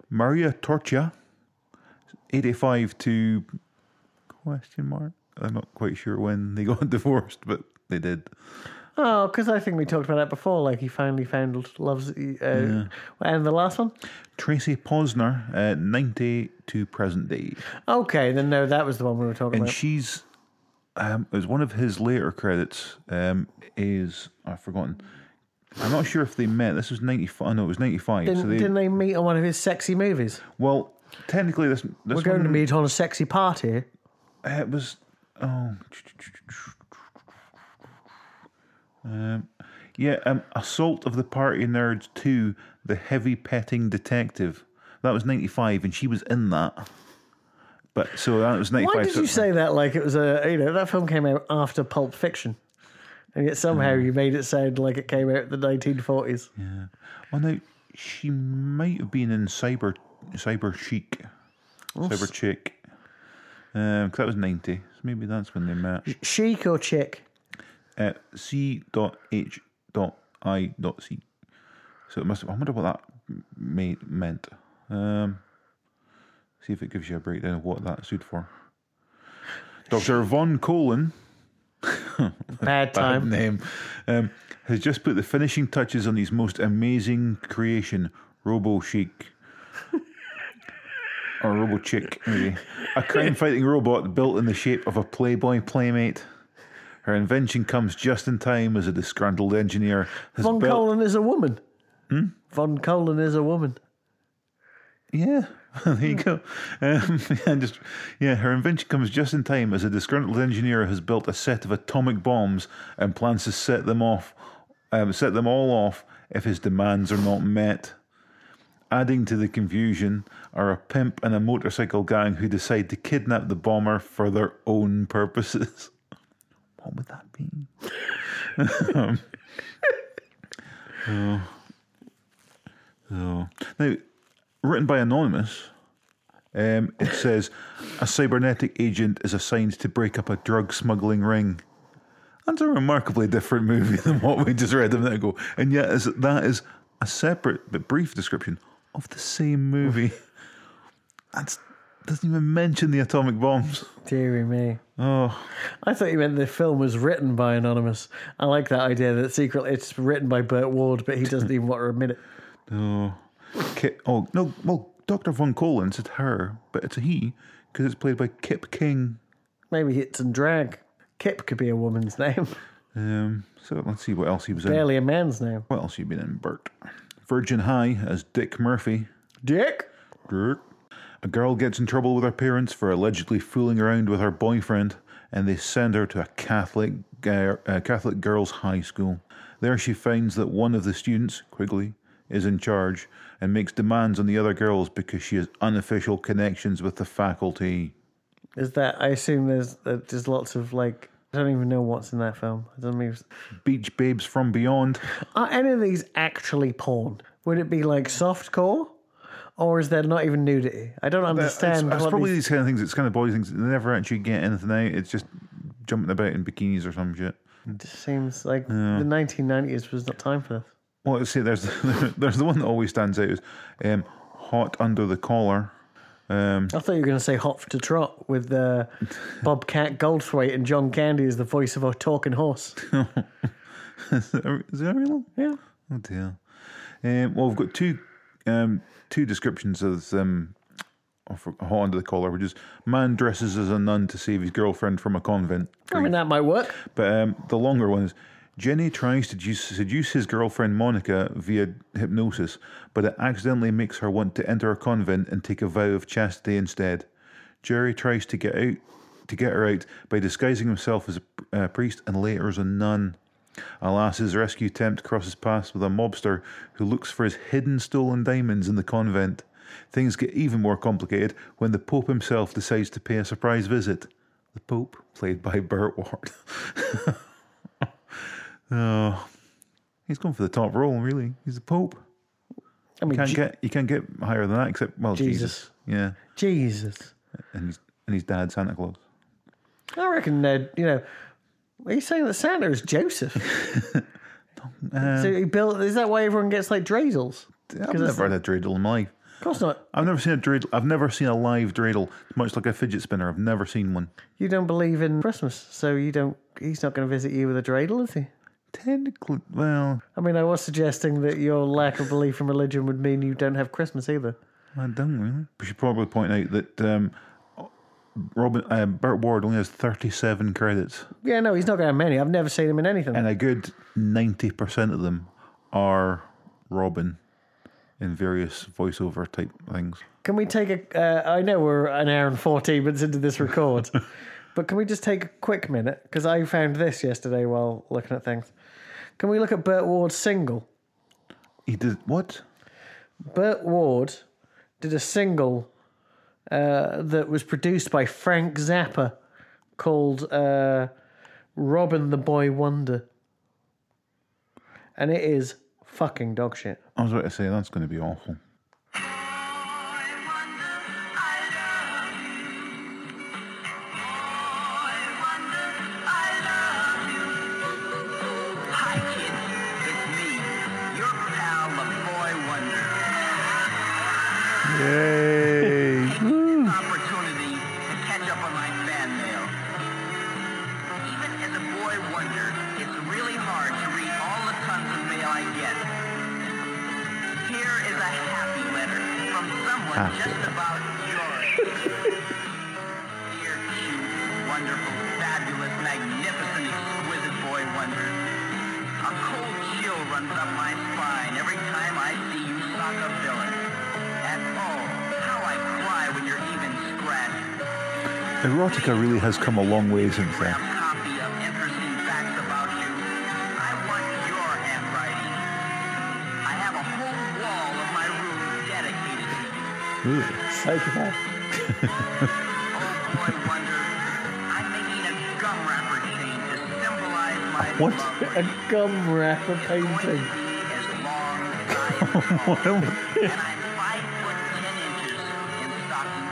B: Maria Torcia, 85 to question mark. I'm not quite sure when they got divorced, but they did.
A: Oh, because I think we talked about that before. Like he finally found loves. Uh, And the last one.
B: Tracy Posner, uh, 90 to present day.
A: Okay, then no, that was the one we were talking
B: And
A: about.
B: she's, um, it was one of his later credits, um, is, I've forgotten. I'm not sure if they met. This was 95. No, it was 95.
A: didn't,
B: so they,
A: didn't they meet on one of his sexy movies?
B: well, technically, this, this
A: We're going to
B: one-
A: meet on a sexy party.
B: Uh, It was oh, um, yeah, um, assault of the party nerds two, the heavy petting detective. That was ninety five, and she was in that. But so that was ninety
A: Why
B: five.
A: did you say that? Like it was a you know that film came out after Pulp Fiction, and yet somehow you made it sound like it came out in the nineteen forties.
B: Oh no, she might have been in cyber cyber chic, cyber chick. Um, 'cause that was ninety. So maybe that's when they met.
A: Chic or chick?
B: at c.h.i.c. So it must. I wonder what that made, meant. Um, see if it gives you a breakdown of what that stood for. Dr. Von Colin,
A: Bad
B: bad
A: time.
B: name, um, has just put the finishing touches on his most amazing creation, Robo Chic. or Robo Chick, maybe. A crime fighting robot built in the shape of a Playboy Playmate. Her invention comes just in time as a disgruntled engineer has
A: Von
B: built.
A: Colin is a woman. Von Colin is a woman.
B: Yeah, there you go. Um, and just yeah, her invention comes just in time as a disgruntled engineer has built a set of atomic bombs and plans to set them off, um, set them all off if his demands are not met. Adding to the confusion are a pimp and a motorcycle gang who decide to kidnap the bomber for their own purposes. What would that be? Um, Oh. Now, written by Anonymous, um, it says a cybernetic agent is assigned to break up a drug smuggling ring. That's a remarkably different movie than what we just read a minute ago, and yet is, that is a separate but brief description of the same movie. That doesn't even mention the atomic bombs.
A: Deary me.
B: Oh,
A: I thought you meant the film was written by Anonymous. I like that idea that secretly it's written by Burt Ward, but he doesn't even want to admit it.
B: no. Ki- oh, no. Well, Dr. Von Colin said her, but it's a he because it's played by Kip King.
A: Maybe it's in drag. Kip could be a woman's name,
B: Um, so let's see what else he was in.
A: barely a man's name.
B: What else you been in, Bert? Virgin High as Dick Murphy.
A: Dick?
B: Grr. A girl gets in trouble with her parents for allegedly fooling around with her boyfriend, and they send her to a Catholic uh, uh, Catholic girls' high school. There, she finds that one of the students, Quigley, is in charge and makes demands on the other girls because she has unofficial connections with the faculty.
A: Is that? I assume there's that there's lots of like. I don't even know what's in that film. I don't even.
B: Beach babes from beyond.
A: Are any of these actually porn? Would it be like softcore, or is there not even nudity? I don't
B: It's,
A: understand.
B: it's
A: what
B: probably
A: these-
B: these kind of things. It's kind of boys things. They never actually get anything out. It's just jumping about in bikinis or some shit.
A: just seems like the 1990s was not time for this.
B: Well, let's see. There's there's the one that always stands out is um, hot under the collar. Um,
A: I thought you were going to say "Hot to Trot" with uh, Bobcat Goldthwait and John Candy as the voice of a talking horse.
B: is that real?
A: Yeah,
B: Oh dear. Um, well, we've got two um, two descriptions of um, of hot under the collar, which is man dresses as a nun to save his girlfriend from a convent.
A: I mean that might work.
B: But um, the longer one is Jenny tries to ju- seduce his girlfriend Monica via hypnosis, but it accidentally makes her want to enter a convent and take a vow of chastity instead. Jerry tries to get out to get her out by disguising himself as a uh, priest and later as a nun. Alas, his rescue attempt crosses paths with a mobster who looks for his hidden stolen diamonds in the convent. Things get even more complicated when the Pope himself decides to pay a surprise visit. The Pope, played by Burt Ward. oh, he's gone for the top role, really. He's the Pope.
A: I mean,
B: Can't
A: Je-
B: get you can't get higher than that, except well, Jesus.
A: Jesus.
B: Yeah,
A: Jesus,
B: and he's and his dad Santa Claus.
A: I reckon that you know. Are you saying that Santa is Joseph? so he built. Is that why everyone gets like dreidels?
B: I've
A: that's
B: never had a dreidel in my life.
A: Of course not.
B: I've never seen a dreidel. I've never seen a live dreidel. Much like a fidget spinner, I've never seen one.
A: You don't believe in Christmas, so you don't. He's not going to visit you with a dreidel, is he?
B: Technically, well,
A: I mean, I was suggesting that your lack of belief in religion would mean you don't have Christmas either.
B: I don't really. We should probably point out that um, Robin uh, Burt Ward only has thirty-seven credits,
A: Yeah, no, he's not going to have many. I've never seen him in anything.
B: and a good ninety percent of them are Robin in various voiceover type things.
A: Can we take a? Uh, I know we're an hour and fourteen minutes into this record, but can we just take a quick minute because I found this yesterday while looking at things. Can we look at Burt Ward's single?
B: He did what?
A: Burt Ward did a single uh, that was produced by Frank Zappa called uh, "Robin the Boy Wonder," and it is fucking dog shit.
B: I was about to say that's going to be awful.
E: Hi, kids. It's me, your pal, the Boy Wonder.
B: Yay!
E: Opportunity to catch up on my fan mail. I wonder, it's really hard to read all the tons of mail I get. Here is a happy letter from someone
B: Happy.
E: just about yours. Dear cute, wonderful, fabulous, magnificent, exquisite boy wonder. A cold chill runs up my spine every time I see you sock a villain. And oh, how I cry when you're even scratched.
B: Erotica really has come a long way since then.
E: Copy of interesting facts about you. I want your handwriting. I have a whole wall of my room dedicated to you.
B: Ooh.
E: Oh boy, wonder. I'm making a gum wrapper chain to symbolize my
B: What?
E: love.
A: A gum wrapper painting.
E: As long as I am tall. and I'm five foot ten inches in stocking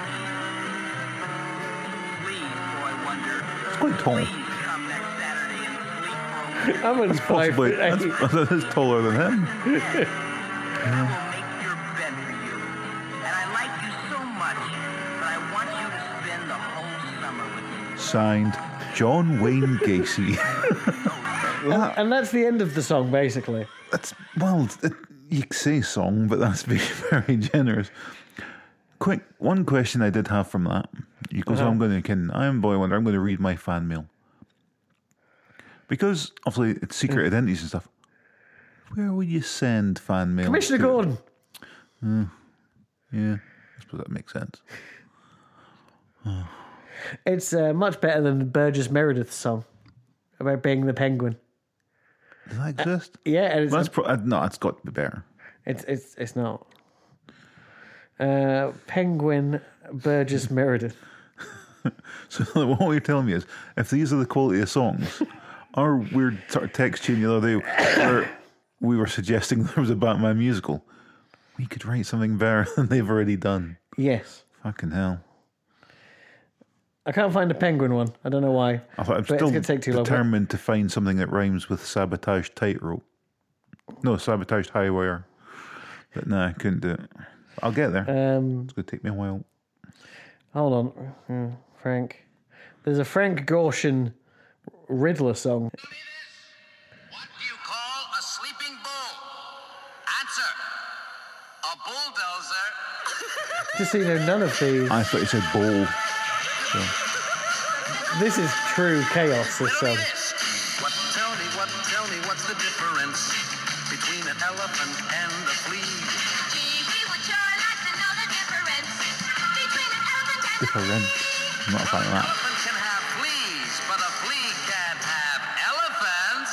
E: feet. Please, boy wonder.
B: It's quite tall.
E: Please come next Saturday and sleep for a week.
A: I'm in five
B: Possibly.
A: foot
B: That's,
A: eight.
B: that is taller than him.
E: I will make your bed for you. And I like you so much that I want you to spend the whole summer with me.
B: Signed, John Wayne Gacy. that,
A: And that's the end of the song, basically.
B: that's, well, it, you could say song, but that's being very generous. Quick, one question I did have from that. You go, so I'm
A: Uh-huh.
B: going to, kin- I'm Boy Wonder, I'm going to read my fan mail. Because, obviously, it's secret
A: Mm.
B: identities and stuff. Where would you send fan mail?
A: Commissioner
B: to?
A: Gordon.
B: Yeah, I suppose that makes sense.
A: It's uh, much better than Burgess Meredith's song about being the penguin.
B: Does that exist?
A: Yeah, and Uh, it's
B: Well, that's pro- uh, no, it's got to be better.
A: It's it's it's not. Uh, Penguin Burgess Meredith.
B: So what you're telling me is, if these are the quality of songs, our weird sort of text chain the other day where we were suggesting there was a Batman musical, we could write something better than they've already done.
A: Yes,
B: Fucking hell!
A: I can't find a penguin one. I don't know why.
B: I thought I'm
A: But it's
B: still
A: gonna take too long.
B: determined to find something that rhymes with sabotage tightrope. No, sabotage high wire. But nah, I couldn't do it. I'll get there.
A: Um,
B: it's gonna take me a while.
A: hold on, Hmm, Frank. There's a Frank Gorshin Riddler song.
F: What do you call a sleeping bull? Answer. A bulldozer.
A: Just so you know, none of these.
B: I thought you said bowl.
A: This is true chaos. This
F: Tell me
A: song.
F: this. What, tell me what, tell me what's the difference between an elephant and a flea?
G: Gee, we would sure like to know the difference between an elephant and
B: Different. I'm not a fan of
F: An
B: that.
F: elephant can have fleas, but a flea can't have elephants.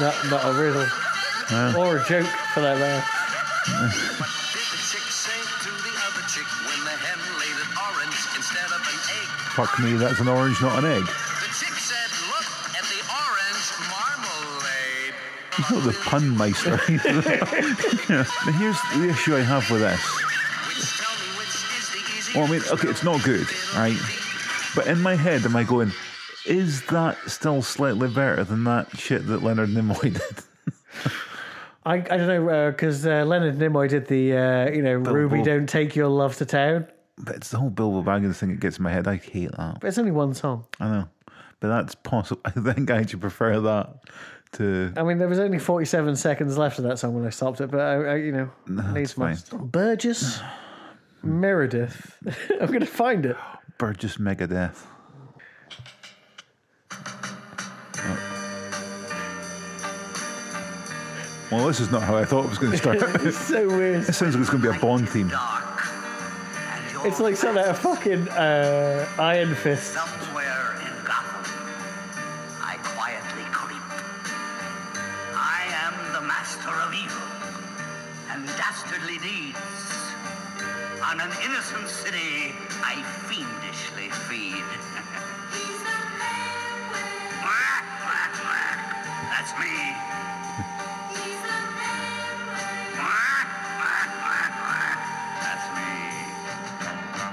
F: Oh.
A: Not not a riddle or a joke for that matter.
F: What did the chick say to the other chick when the hen laid an orange instead of an egg?
B: Fuck me, that's an orange, not an egg.
F: The chick said, look at the orange marmalade.
B: He's not the pun meister. Yeah, But here's the issue I have with this.
F: Which, tell me which is the easy
B: Well, I mean, okay, it's not good, right? But in my head, am I going, is that still slightly better than that shit that Leonard Nimoy did?
A: I, I don't know because uh, Leonard Nimoy did the uh, you know Ruby
B: Bull.
A: don't take your love to town,
B: But it's the whole Bilbo Baggins thing that gets in my head. I hate that.
A: but it's only one song.
B: I know. But that's possible. I think I should prefer that to.
A: I mean, there was only 47 seconds left of that song when I stopped it, but I, I you know, needs
B: it's
A: must. Burgess Meredith. I'm going to find it.
B: Burgess Megadeth. Well, this is not how I thought it was going to start.
A: It's so weird.
B: This sounds like it's going to be a Bond theme.
E: Dark. And you're
A: It's like something out of fucking uh, Iron Fist.
E: somewhere in Gotham. I quietly creep. I am the master of evil and dastardly deeds. On an innocent city, I fiendishly feed. Quack, quack, quack. That's me. Quack, quack, quack, quack.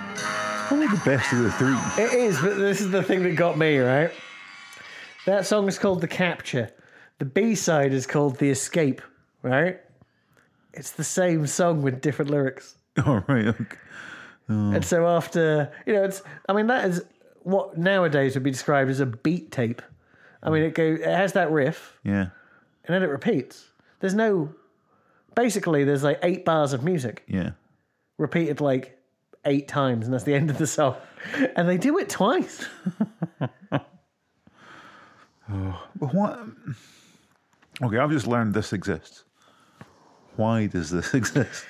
E: That's me.
B: Probably the best of the three.
A: It is, but this is the thing that got me, right? That song is called The Capture. The B side is called The Escape, right? It's the same song with different lyrics.
B: All right. Okay.
A: And so after, you know, it's, I mean, that is what nowadays would be described as a beat tape. I mean, it go it has that riff
B: Yeah.
A: and then it repeats. There's no, basically, there's like eight bars of music
B: Yeah.
A: repeated like eight times, and that's the end of the song. And they do it twice.
B: But what? Okay, I've just learned this exists. Why does this exist?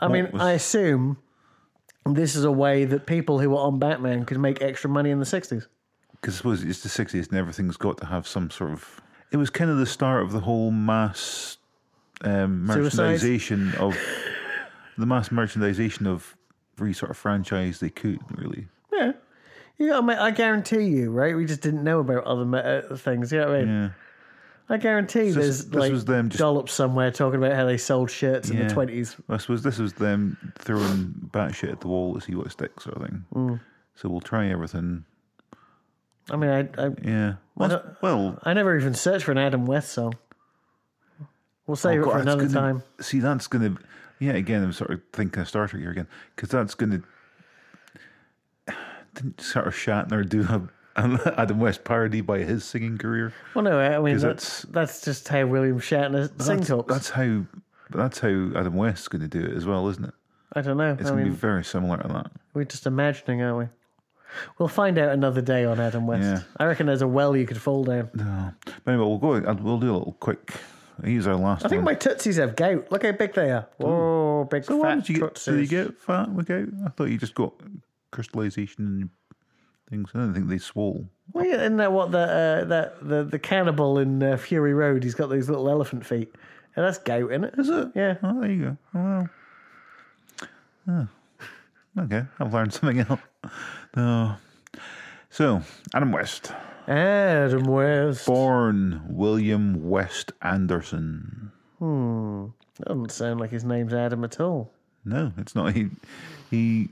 A: I mean,
B: was-
A: I assume this is a way that people who were on Batman could make extra money in the 60s.
B: Because I suppose it's the 60s and everything's got to have some sort of. It was kind of the start of the whole mass um,
A: Suicide?
B: merchandisation of. The mass merchandisation of every sort of franchise they could, really.
A: Yeah. You know, I, mean, I guarantee you, right? We just didn't know about other me- uh, things. You know what I mean?
B: Yeah.
A: I guarantee
B: So
A: there's
B: this- this
A: like
B: was them just-
A: dollops somewhere talking about how they sold shirts in
B: Yeah.
A: the 20s.
B: I suppose this is them throwing batshit at the wall to see what sticks, sort of thing.
A: Hmm.
B: So we'll try everything.
A: I mean, I, I,
B: Yeah. Well,
A: don't-
B: well
A: I never even searched for an Adam West song. We'll save
B: Oh,
A: it for
B: God, that's
A: another
B: gonna-
A: time.
B: See, that's going to, yeah, again, I'm sort of thinking of Star Trek here again, because that's going to didn't sort of Shatner do a, an Adam West parody by his singing career.
A: Well, no, I mean,
B: 'Cause
A: that's, that's just how William Shatner sing
B: that's,
A: talks.
B: that's how that's how Adam West's going to do it as well, isn't it?
A: I don't know.
B: It's
A: I
B: going to
A: mean,
B: be very similar to that.
A: We're just imagining, aren't we? We'll find out another day on Adam West.
B: Yeah.
A: I reckon there's a well you could fall down.
B: No, but anyway, we'll go. and We'll do a little quick. Here's our last.
A: I think my
B: one.
A: tootsies have gout. Look how big they are. Whoa, big
B: So why
A: fat
B: did you get? Did
A: tootsies.
B: you get fat with gout? I thought you just got crystallization and things. I don't think they swole.
A: Well, yeah, isn't that what the uh, that the the cannibal in uh, Fury Road? He's got these little elephant feet, and that's gout, isn't it?
B: Is it?
A: Yeah.
B: Oh, there you go. Oh, Well, Oh. okay. I've learned something else. No. So, Adam West,
A: Adam West.
B: born William West Anderson.
A: Doesn't sound like his name's Adam at all.
B: No, it's not. He he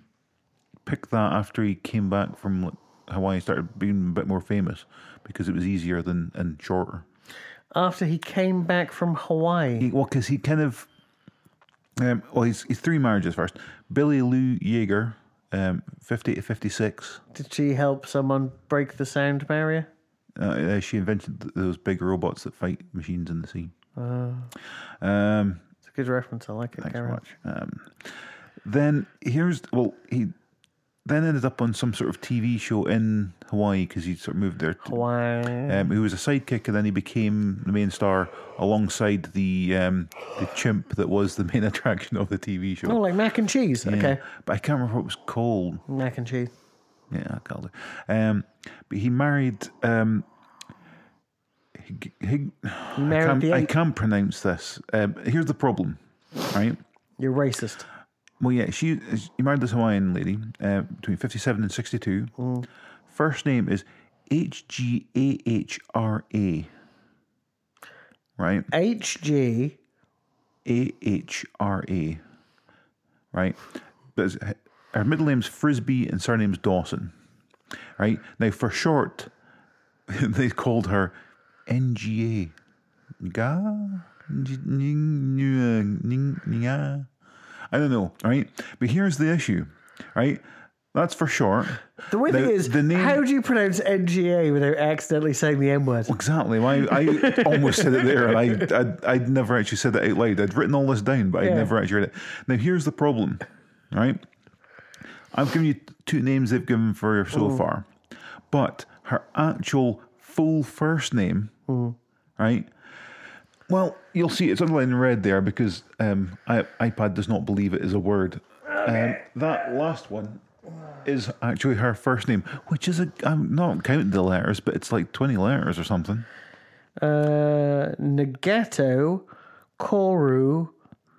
B: picked that after he came back from like, Hawaii, and started being a bit more famous because it was easier than and shorter.
A: After he came back from Hawaii,
B: He, well, because he kind of, um, well, he's he's three marriages first. Billy Lou Yeager, um, fifty to fifty six.
A: did she help someone break the sound barrier?
B: Uh, uh, she invented th- those big robots that fight machines in the sea. um,
A: It's a good reference. I like it.
B: thanks
A: Gareth.
B: Uh, very much. Um, then here's well, he then ended up on some sort of TV show in Hawaii because he sort of moved there. To,
A: Hawaii.
B: um, he was a sidekick, and then he became the main star alongside the um, the chimp that was the main attraction of the TV show.
A: Oh, like mac and cheese.
B: Yeah.
A: Okay.
B: but I can't remember what it was called.
A: Mac and cheese.
B: Yeah, I called her. Um, but he married. Um, Hig- Hig-
A: You
B: I
A: married
B: can't,
A: the
B: I
A: ape.
B: can't pronounce this. Um, here's the problem, right?
A: You're racist.
B: Well, yeah, she he married this Hawaiian lady uh, between fifty-seven and sixty-two. First name is H G A H R A, right?
A: HG.
B: A H R A, right? But it's- her middle name's Frisbee and surname's Dawson, right? Now, for short, they called her NGA. Ga? Ning- Ning- Ning- Ninga? I don't know, right? But here's the issue, right? That's for short.
A: The weird
B: Now,
A: thing is,
B: the name-
A: how do you pronounce NGA without accidentally saying the N word?
B: Exactly. Why I almost said it there, and I, I'd, I'd never actually said it out loud. I'd written all this down, but
A: Yeah.
B: I'd never actually read it. Now, here's the problem, right? I've given you two names they've given for her so far, but her actual full first name, right? Well, you'll see it's underlined in red there because um, I, iPad does not believe it is a word. Um, that last one is actually her first name, which is a I'm not counting the letters, but it's like twenty letters or something.
A: Uh, Nagato, Koru,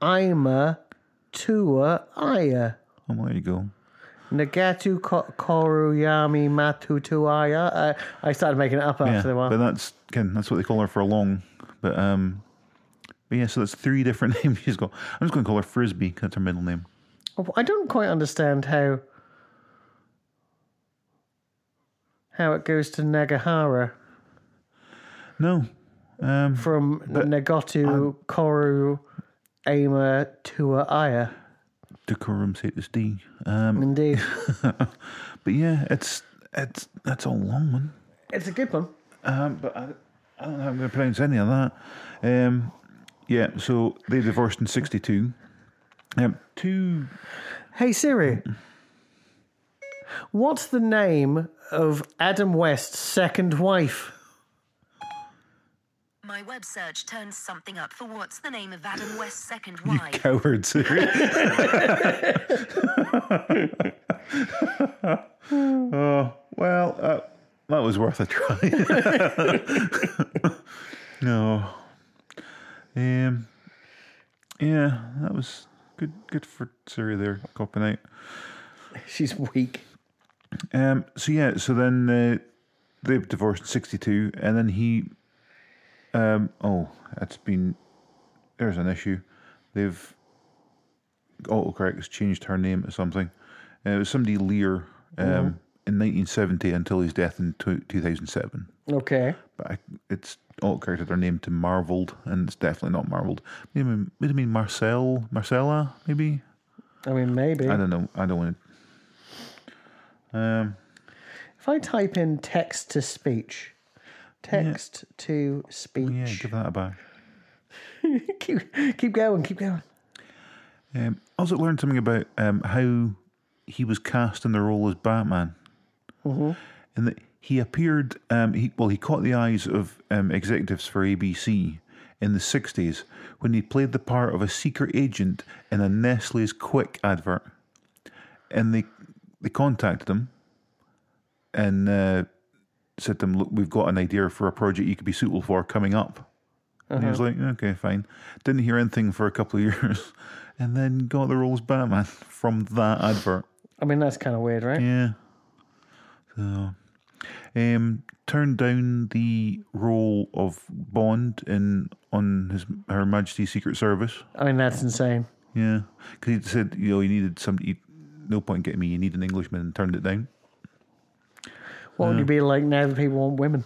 A: Aima, Tua, Aya.
B: Oh, well, there you go.
A: Nagatu, Ko- Koru, Yami, Matu, Tuaya. I, I started making it up
B: Yeah,
A: after a while.
B: but that's again that's what they call her for a long. But um, but yeah, so that's three different names she's got. I'm just going to call her Frisbee. 'cause That's her middle name.
A: I don't quite understand how how it goes to Nagahara
B: No,
A: from
B: um,
A: Nagatu, Koru, Aima, Tua, Aya.
B: decorum satis D. Um,
A: Indeed.
B: but yeah, it's It's that's a long one.
A: It's a good one.
B: Um, but I, I don't know how I'm going to pronounce any of that. Um, yeah, so they divorced in 62. Um, two,
A: Hey Siri, what's the name of Adam West's second wife?
C: My web search turns something up for what's the name of Adam West's second
B: you
C: wife.
B: cowards. oh, well, uh, that was worth a try. no. Um, yeah, that was good good for Surrey there, copying out.
A: She's weak.
B: Um, so yeah, so then uh, they divorced in '62, and then he, um, oh, it's been there's an issue. They've autocorrect has changed her name to something. Uh, it was somebody Lear um, in 1970 until his death in two, 2007.
A: Okay.
B: But I, it's autocorrected her name to Marvelled, and it's definitely not Marvelled. Maybe would it mean Marcel, Marcella, maybe?
A: I mean, maybe.
B: I don't know. I don't want to. Um.
A: If I type in text to speech, text to
B: Yeah,
A: speech.
B: give that a bash.
A: keep, keep going, keep going.
B: Um, I also learned something about um, how he was cast in the role as Batman, mm-hmm. and that he appeared. Um, he, well, he caught the eyes of um, executives for ABC in the '60s when he played the part of a secret agent in a Nestle's Quick advert, and they they contacted him and uh, said to him, "Look, we've got an idea for a project you could be suitable for coming up." And he was like, okay, fine. Didn't hear anything for a couple of years. And then got the role as Batman from that advert.
A: I mean, that's kind of weird, right?
B: Yeah. So, um, turned down the role of Bond in on his Her Majesty's Secret Service.
A: I mean, that's insane.
B: Yeah, because he said you know he needed somebody. No point getting me. You need an Englishman, and turned it down.
A: What would you be like now that people want women?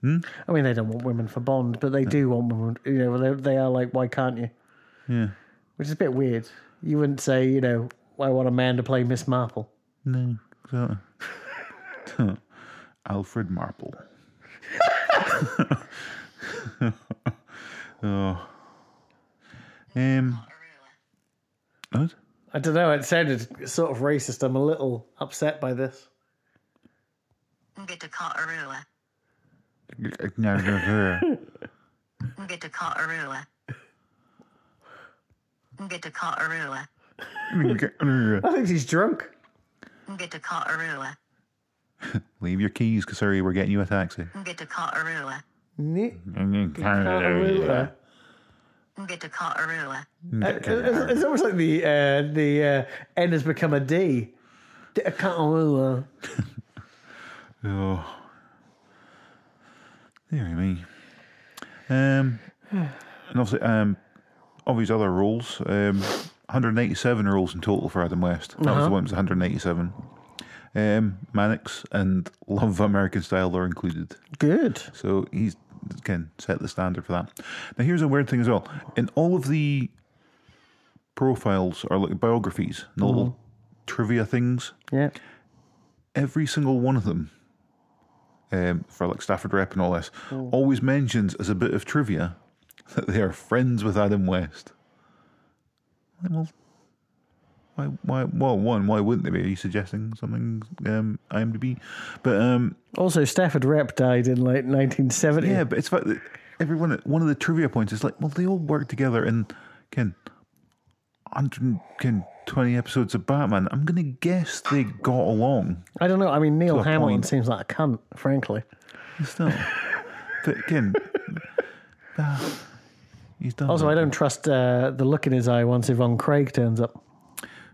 B: Hmm?
A: I mean, they don't want women for Bond, but they do want women. You know, they, they are like, why can't you?
B: Yeah.
A: Which is a bit weird. You wouldn't say, you know, I want a man to play Miss Marple.
B: No. So, Alfred Marple. oh. Um. What?
A: I don't know. It sounded sort of racist. I'm a little upset by this.
C: Get to Katarua.
B: No, no, no.
C: Get to Katarua. Get to Katarua.
A: I think he's drunk.
C: Get to Katarua.
B: Leave your keys, Kasuri. We're getting you a taxi.
C: Get to Katarua.
A: Ni-
B: Yeah.
A: Uh,
C: Get to Katarua.
A: It's, it's almost like the uh, the uh, N has become a D. D- I can't remember.
B: Oh. Dear me. Um, and obviously, um, all these other roles, um, 187 roles in total for Adam West. That was the one that was 187. Um, Mannix and Love of American Style are included.
A: Good.
B: So he's, again, set the standard for that. Now, here's a weird thing as well. In all of the profiles or like biographies, and the little trivia things,
A: Yeah.
B: every single one of them, um, for like Stafford Rep and all this, always mentions as a bit of trivia that they are friends with Adam West. Like, Well, why, why, well, one, why wouldn't they be? Are you suggesting something, um, IMDb? But, um,
A: Also, Stafford Rep died in like 1970.
B: yeah, but it's fact that everyone, one of the trivia points is like, well, they all work together in, can, 120 episodes of Batman. I'm going to guess they got along.
A: I don't know. I mean, Neil
B: a
A: Hamilton
B: point.
A: seems like a cunt, frankly.
B: Still, but again, ah, he's done.
A: Also,
B: it.
A: I don't trust uh, the look in his eye once Yvonne Craig turns up.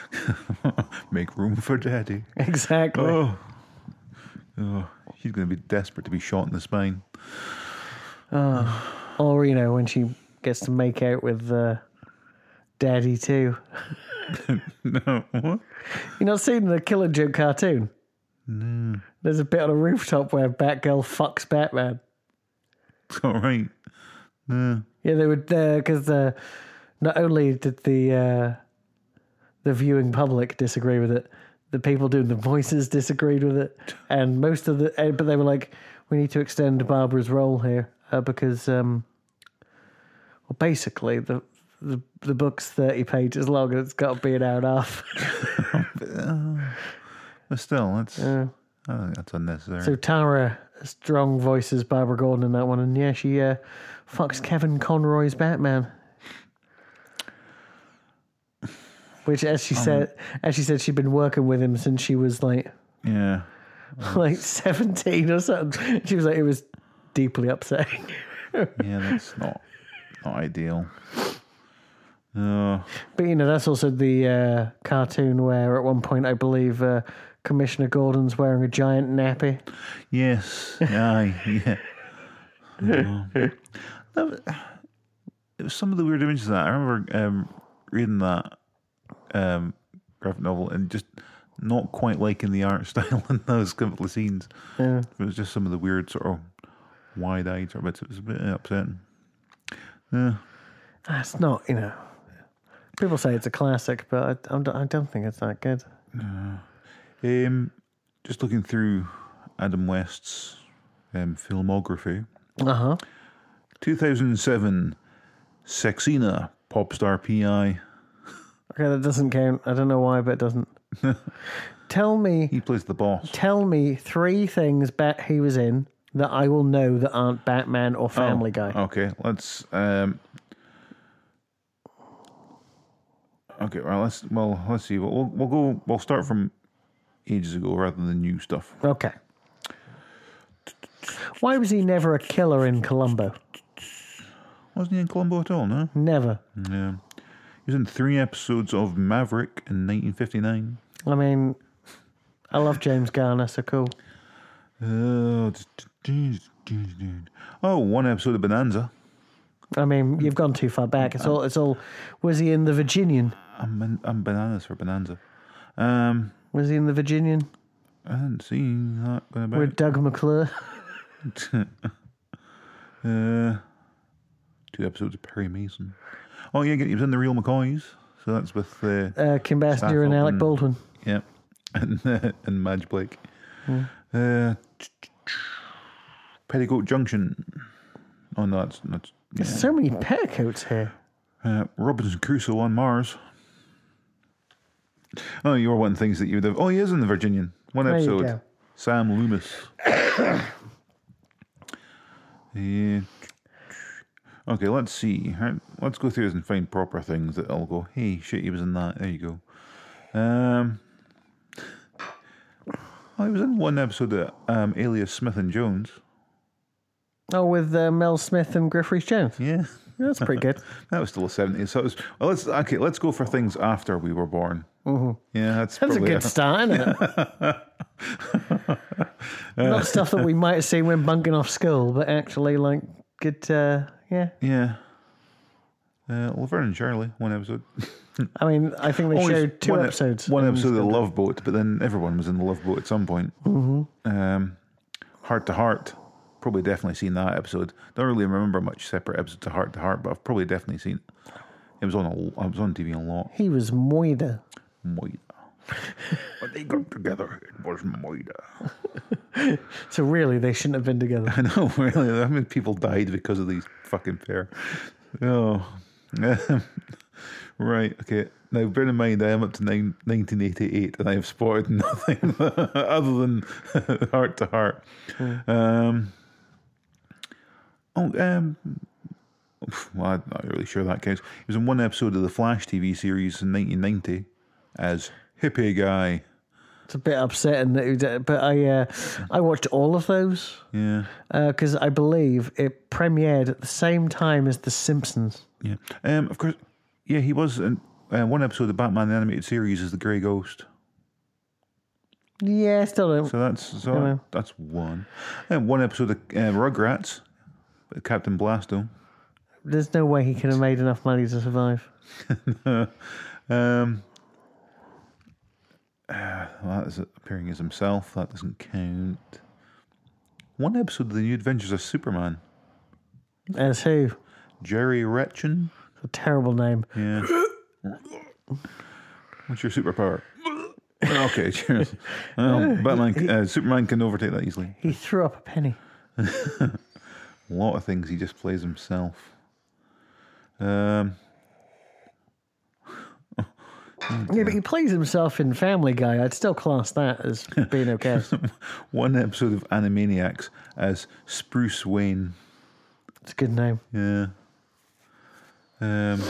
B: make room for Daddy.
A: Exactly.
B: Oh, oh, she's going to be desperate to be shot in the spine.
A: Or, you know, when she gets to make out with uh, Daddy, too.
B: No, what?
A: You not seen the Killer Joke cartoon? No. There's a bit on a rooftop where Batgirl fucks Batman.
B: all right.
A: Yeah, they would because uh, not only did the uh, the viewing public disagree with it, the people doing the voices disagreed with it, and most of the eh, but they were like, we need to extend Barbara's role here uh, because um, well, basically the. The, the book's 30 pages long and it's got to be an hour and a half.
B: But still, that's I don't think that's unnecessary.
A: So Tara Strong voices Barbara Gordon in that one, and yeah, she uh, fucks Kevin Conroy's Batman. Which, as she said, as she said, she'd been working with him since she was like
B: yeah,
A: like seventeen or something. She was like, it was deeply upsetting.
B: yeah, that's not not ideal. Uh, No,
A: But you know, that's also the uh, cartoon where at one point I believe uh, Commissioner Gordon's wearing a giant nappy.
B: yes, aye, yeah. No. That was- it was some of the weird images of that I remember um, reading that um, graphic novel and just not quite liking the art style in those couple of scenes. It was just some of the weird sort of wide-eyed sort of bits. It was a bit upsetting. Yeah.
A: That's not, you know. People say it's a classic, but I, I'm- I don't think it's that good.
B: Um, just looking through Adam West's um, filmography.
A: Uh huh.
B: 2007, Sexina, pop star PI.
A: Okay, that doesn't count. I don't know why, but it doesn't. tell me,
B: He plays the boss.
A: tell me three things Bat he was in that I will know that aren't Batman or Family Guy.
B: Oh, Okay, let's. Um, okay, well, let's. Well, let's see. We'll, we'll, we'll go. We'll start from ages ago rather than new stuff.
A: Okay. Why was he never a killer in Columbo?
B: Wasn't he in Columbo at all? No.
A: Never.
B: Yeah. He was in three episodes of Maverick in 1959.
A: I mean, I love James Garner, so cool.
B: Oh, oh, one episode of Bonanza.
A: I mean, you've gone too far back. It's all. It's all. Was he in the Virginian?
B: I'm ban- I'm bananas for Bonanza. Um,
A: Was he in the Virginian
B: I haven't seen that going about.
A: with Doug McClure?
B: Uh, two episodes of Perry Mason. Oh yeah, he was in the Real McCoys. So that's with uh,
A: Uh, Kim Bassinger and
B: Staffel
A: Alec
B: and-
A: Baldwin.
B: yeah, and and Madge Blake. Uh, Petticoat Junction. Oh no, that's that's
A: There's so many petticoats here.
B: Uh, Robinson Crusoe on Mars. Oh, you were wanting things that you would have. Oh, he is in the Virginian. One
A: There you
B: episode.
A: go.
B: Sam Loomis. yeah. Okay, let's see. How- Let's go through this and find proper things that I'll go, hey, shit, he was in that. There you go. Um, oh, he was in one episode of um, Alias Smith and Jones.
A: Oh, with uh, Mel Smith and Griffith Jones.
B: Yeah.
A: That's pretty good.
B: That was still the seventies. So it was, well, let's okay. Let's go for things after we were born. Yeah, that's
A: That's a
B: Mm-hmm. probably
A: good start, isn't it? Not stuff that we might have seen when bunking off school, but actually, like, good, uh, yeah.
B: Yeah, uh, Laverne and Shirley, one episode.
A: I mean, I think they
B: Always
A: showed two
B: one e-
A: episodes. Mm.
B: One episode of the Love Boat, but then everyone was in the Love Boat at some point. Mm-hmm. Um, Heart to Heart, probably definitely seen that episode. Don't really remember much separate episode to Heart to Heart, but I've probably definitely seen. It, it was on. A, it was on TV a lot.
A: He was Moida.
B: Moida. when they got together, it was Moida.
A: So, really, they shouldn't have been together.
B: I know, really. I mean, people died because of these fucking pair. Oh. right, okay. Now, bear in mind, I am up to nine, 1988 and I have spotted nothing other than heart to heart. Um, oh, um, oof, well, I'm not really sure that counts. He was in one episode of the Flash TV series in 1990 as Hippie Guy.
A: It's a bit upsetting that he did, but I, uh, I watched all of those
B: Yeah.
A: because I believe it premiered at the same time as The Simpsons.
B: Yeah. Um, of course, yeah, he was in uh, one episode of Batman the Animated Series is the Grey Ghost.
A: Yeah, I still don't.
B: So that's so
A: Yeah.
B: that's one. And one episode of uh, Rugrats, uh, Captain Blasto.
A: There's no way he could have made enough money to survive.
B: Um, uh, that is appearing as himself. That doesn't count. One episode of the New Adventures of Superman.
A: As who?
B: Jerry Retchin.
A: A terrible name.
B: Yeah. What's your superpower? okay, cheers. Well, Batman, uh, Superman can overtake that easily.
A: He threw up a penny.
B: A lot of things he just plays himself. Um,
A: Yeah, but he plays himself in Family Guy. I'd still class that as being okay.
B: one episode of Animaniacs as Spruce Wayne.
A: it's a good name.
B: Yeah. Um,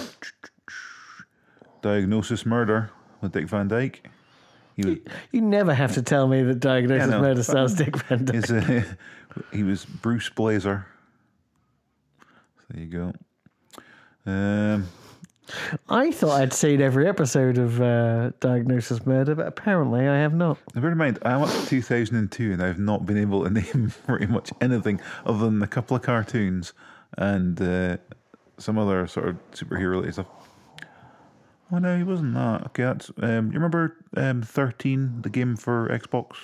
B: diagnosis murder with Dick Van Dyke. He was,
A: You never have to tell me that Diagnosis
B: Yeah, no.
A: Murder stars Dick Van Dyke.
B: his, uh, he was Bruce Blazer. There you go. Um,
A: I thought I'd seen every episode of uh, Diagnosis Murder, but apparently I have not.
B: Now, bear in mind, I'm up to 2002 and I've not been able to name pretty much anything other than a couple of cartoons and uh, some other sort of superhero related stuff. Oh no, he wasn't that. Okay, that's. Um, you remember um, 13, the game for Xbox?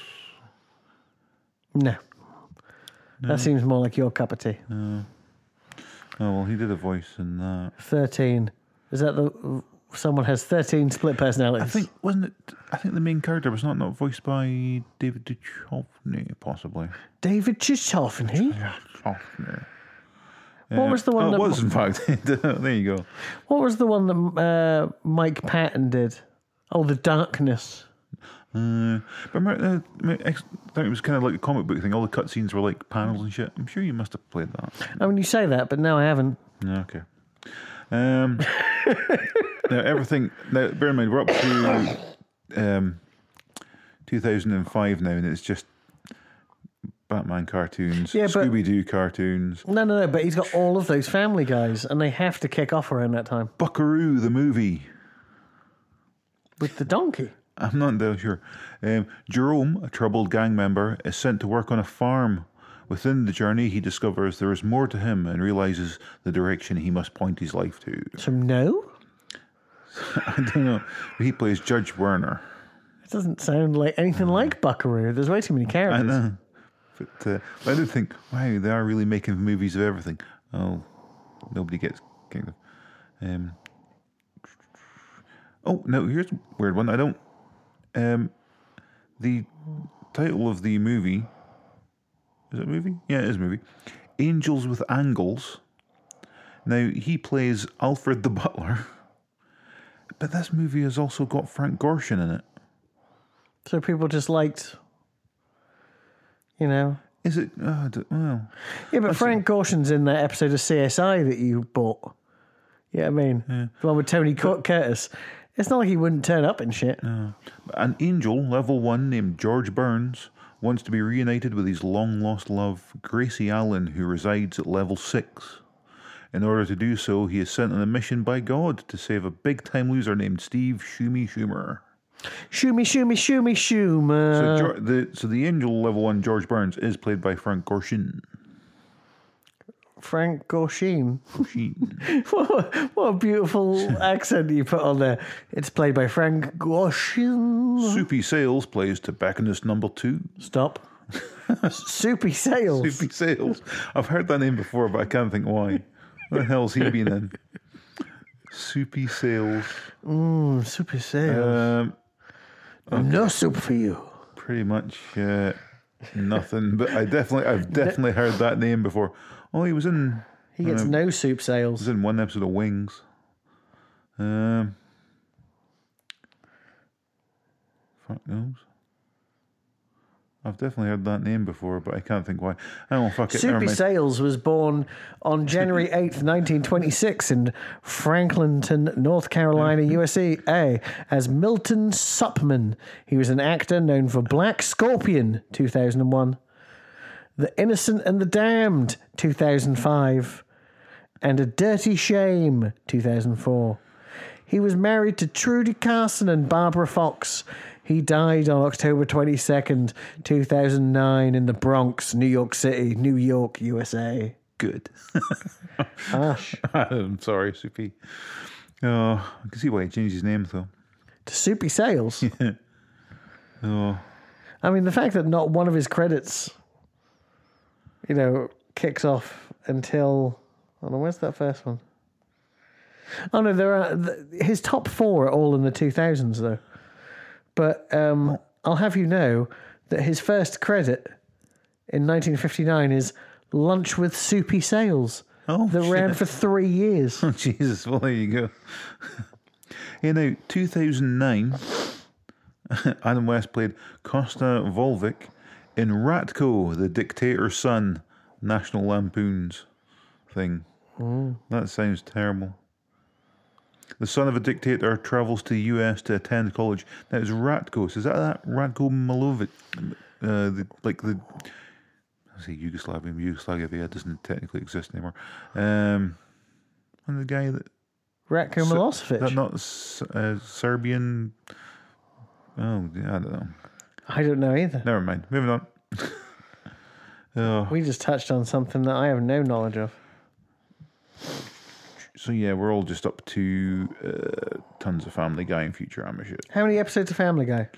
A: No. That seems more like your cup of tea.
B: Oh well, he did a voice in that.
A: 13. Is that the. Someone has 13 split personalities.
B: I think wasn't it? I think the main character was not not voiced by David Duchovny, possibly.
A: David Chisholfney.
B: Duchovny.
A: What was the one
B: Oh,
A: that-
B: it was in fact. there you go.
A: What was the one that uh, Mike Patton did? Oh, The Darkness.
B: Uh, but remember, uh, X, that was kind of like a comic book thing. All the cutscenes were like panels and shit. I'm sure you must have played that.
A: I mean, you say that, but no, I haven't.
B: Yeah, okay. Um, now everything. Now bear in mind, we're up to um, 2005 now, and it's just Batman cartoons,
A: Yeah, but-
B: Scooby Doo cartoons,
A: No, no, no, but he's got all of those family guys, and they have to kick off around that time
B: Buckaroo the movie.
A: with the donkey.
B: I'm not that sure. Um, Jerome, a troubled gang member, is sent to work on a farm. Within the journey, he discovers there is more to him and realizes the direction he must point his life to.
A: So, no?
B: I don't know. He plays Judge Werner.
A: It doesn't sound like anything like Buckaroo. There's way too many
B: I
A: characters.
B: know. But uh, I did think, wow, they are really making movies of everything. Oh, nobody gets kicked off. Um, oh, no, here's a weird one. I don't. Um, the title of the movie. Is it a movie? Yeah, it is a movie. Angels with Angles. Now, he plays Alfred the Butler. But this movie has also got Frank Gorshin in it.
A: So people just liked, you know.
B: Is it? Oh, I don't- well.
A: Yeah, but Frank Gorshin's in that episode of CSI that you bought. Yeah, I mean, the one with Tony Cur- Curtis. It's not like he wouldn't turn up and shit.
B: An angel, level one, named George Burns, wants to be reunited with his long lost love, Gracie Allen, who resides at level six. In order to do so, he is sent on a mission by God to save a big time loser named Steve Shumi Schumer.
A: Shoomy, shoomy, shoomy,
B: So,
A: shoomer.
B: Geor- the, so the angel level one, George Burns, is played by Frank Gorshin.
A: Frank Gorshin.
B: Gorshin.
A: what, what a beautiful accent you put on there. It's played by Frank Gorshin.
B: Soupy Sales plays tobacconist number two.
A: Stop. Soupy Sales.
B: Soupy Sales. I've heard that name before, but I can't think why. What the hell's he been in? Soupy Sales.
A: Mm, Soupy Sales.
B: Um,
A: No soup for you.
B: pretty much uh, nothing. But I definitely, I've definitely heard that name before. Oh, he was in,
A: He gets no soup
B: he
A: sales.
B: was in one episode of Wings. Um, fuck knows. I've definitely heard that name before, but I can't think why. Oh, fuck it. never
A: Soupy
B: mind.
A: Sales was born on January 8th, 1926, in Franklinton, North Carolina, USA, as Milton Supman. He was an actor known for Black Scorpion, 2001, The Innocent and the Damned, 2005, and A Dirty Shame, 2004. He was married to Trudy Carson and Barbara Fox. He died on October 22nd, 2009, in the Bronx, New York City, New York, USA.
B: Good.
A: Ash.
B: I'm sorry, Soupy. Oh, I can see why he changed his name though.
A: to Soupy Sales.
B: Oh,
A: I mean, the fact that not one of his credits, you know, kicks off until. Oh, no, where's that first one? Oh, no, there are. Th- his top four are all in the 2000s, though. But um, I'll have you know that his first credit in 1959 is Lunch with Soupy Sales.
B: Oh,
A: that ran
B: shit.
A: for three years.
B: Oh, Jesus, well, there you go. yeah, now, 2009, Adam West played Costa Volvic in Ratko, the Dictator's Son, National Lampoon's thing. That sounds terrible. The son of a dictator travels to the US to attend college. Now, it's Ratko. So is that that Ratko Milovic? Uh, the, like the. I say Yugoslavia, Yugoslavia doesn't technically exist anymore. Um, and the guy that
A: Ratko
B: Ser-
A: Milosevic.
B: That not S- uh, Serbian. Oh, yeah, I don't know.
A: I don't know either.
B: Never mind. Moving on. oh,
A: We just touched on something that I have no knowledge of.
B: so yeah, we're all just up to uh, tons of Family Guy and Futurama shit.
A: How many episodes of Family Guy?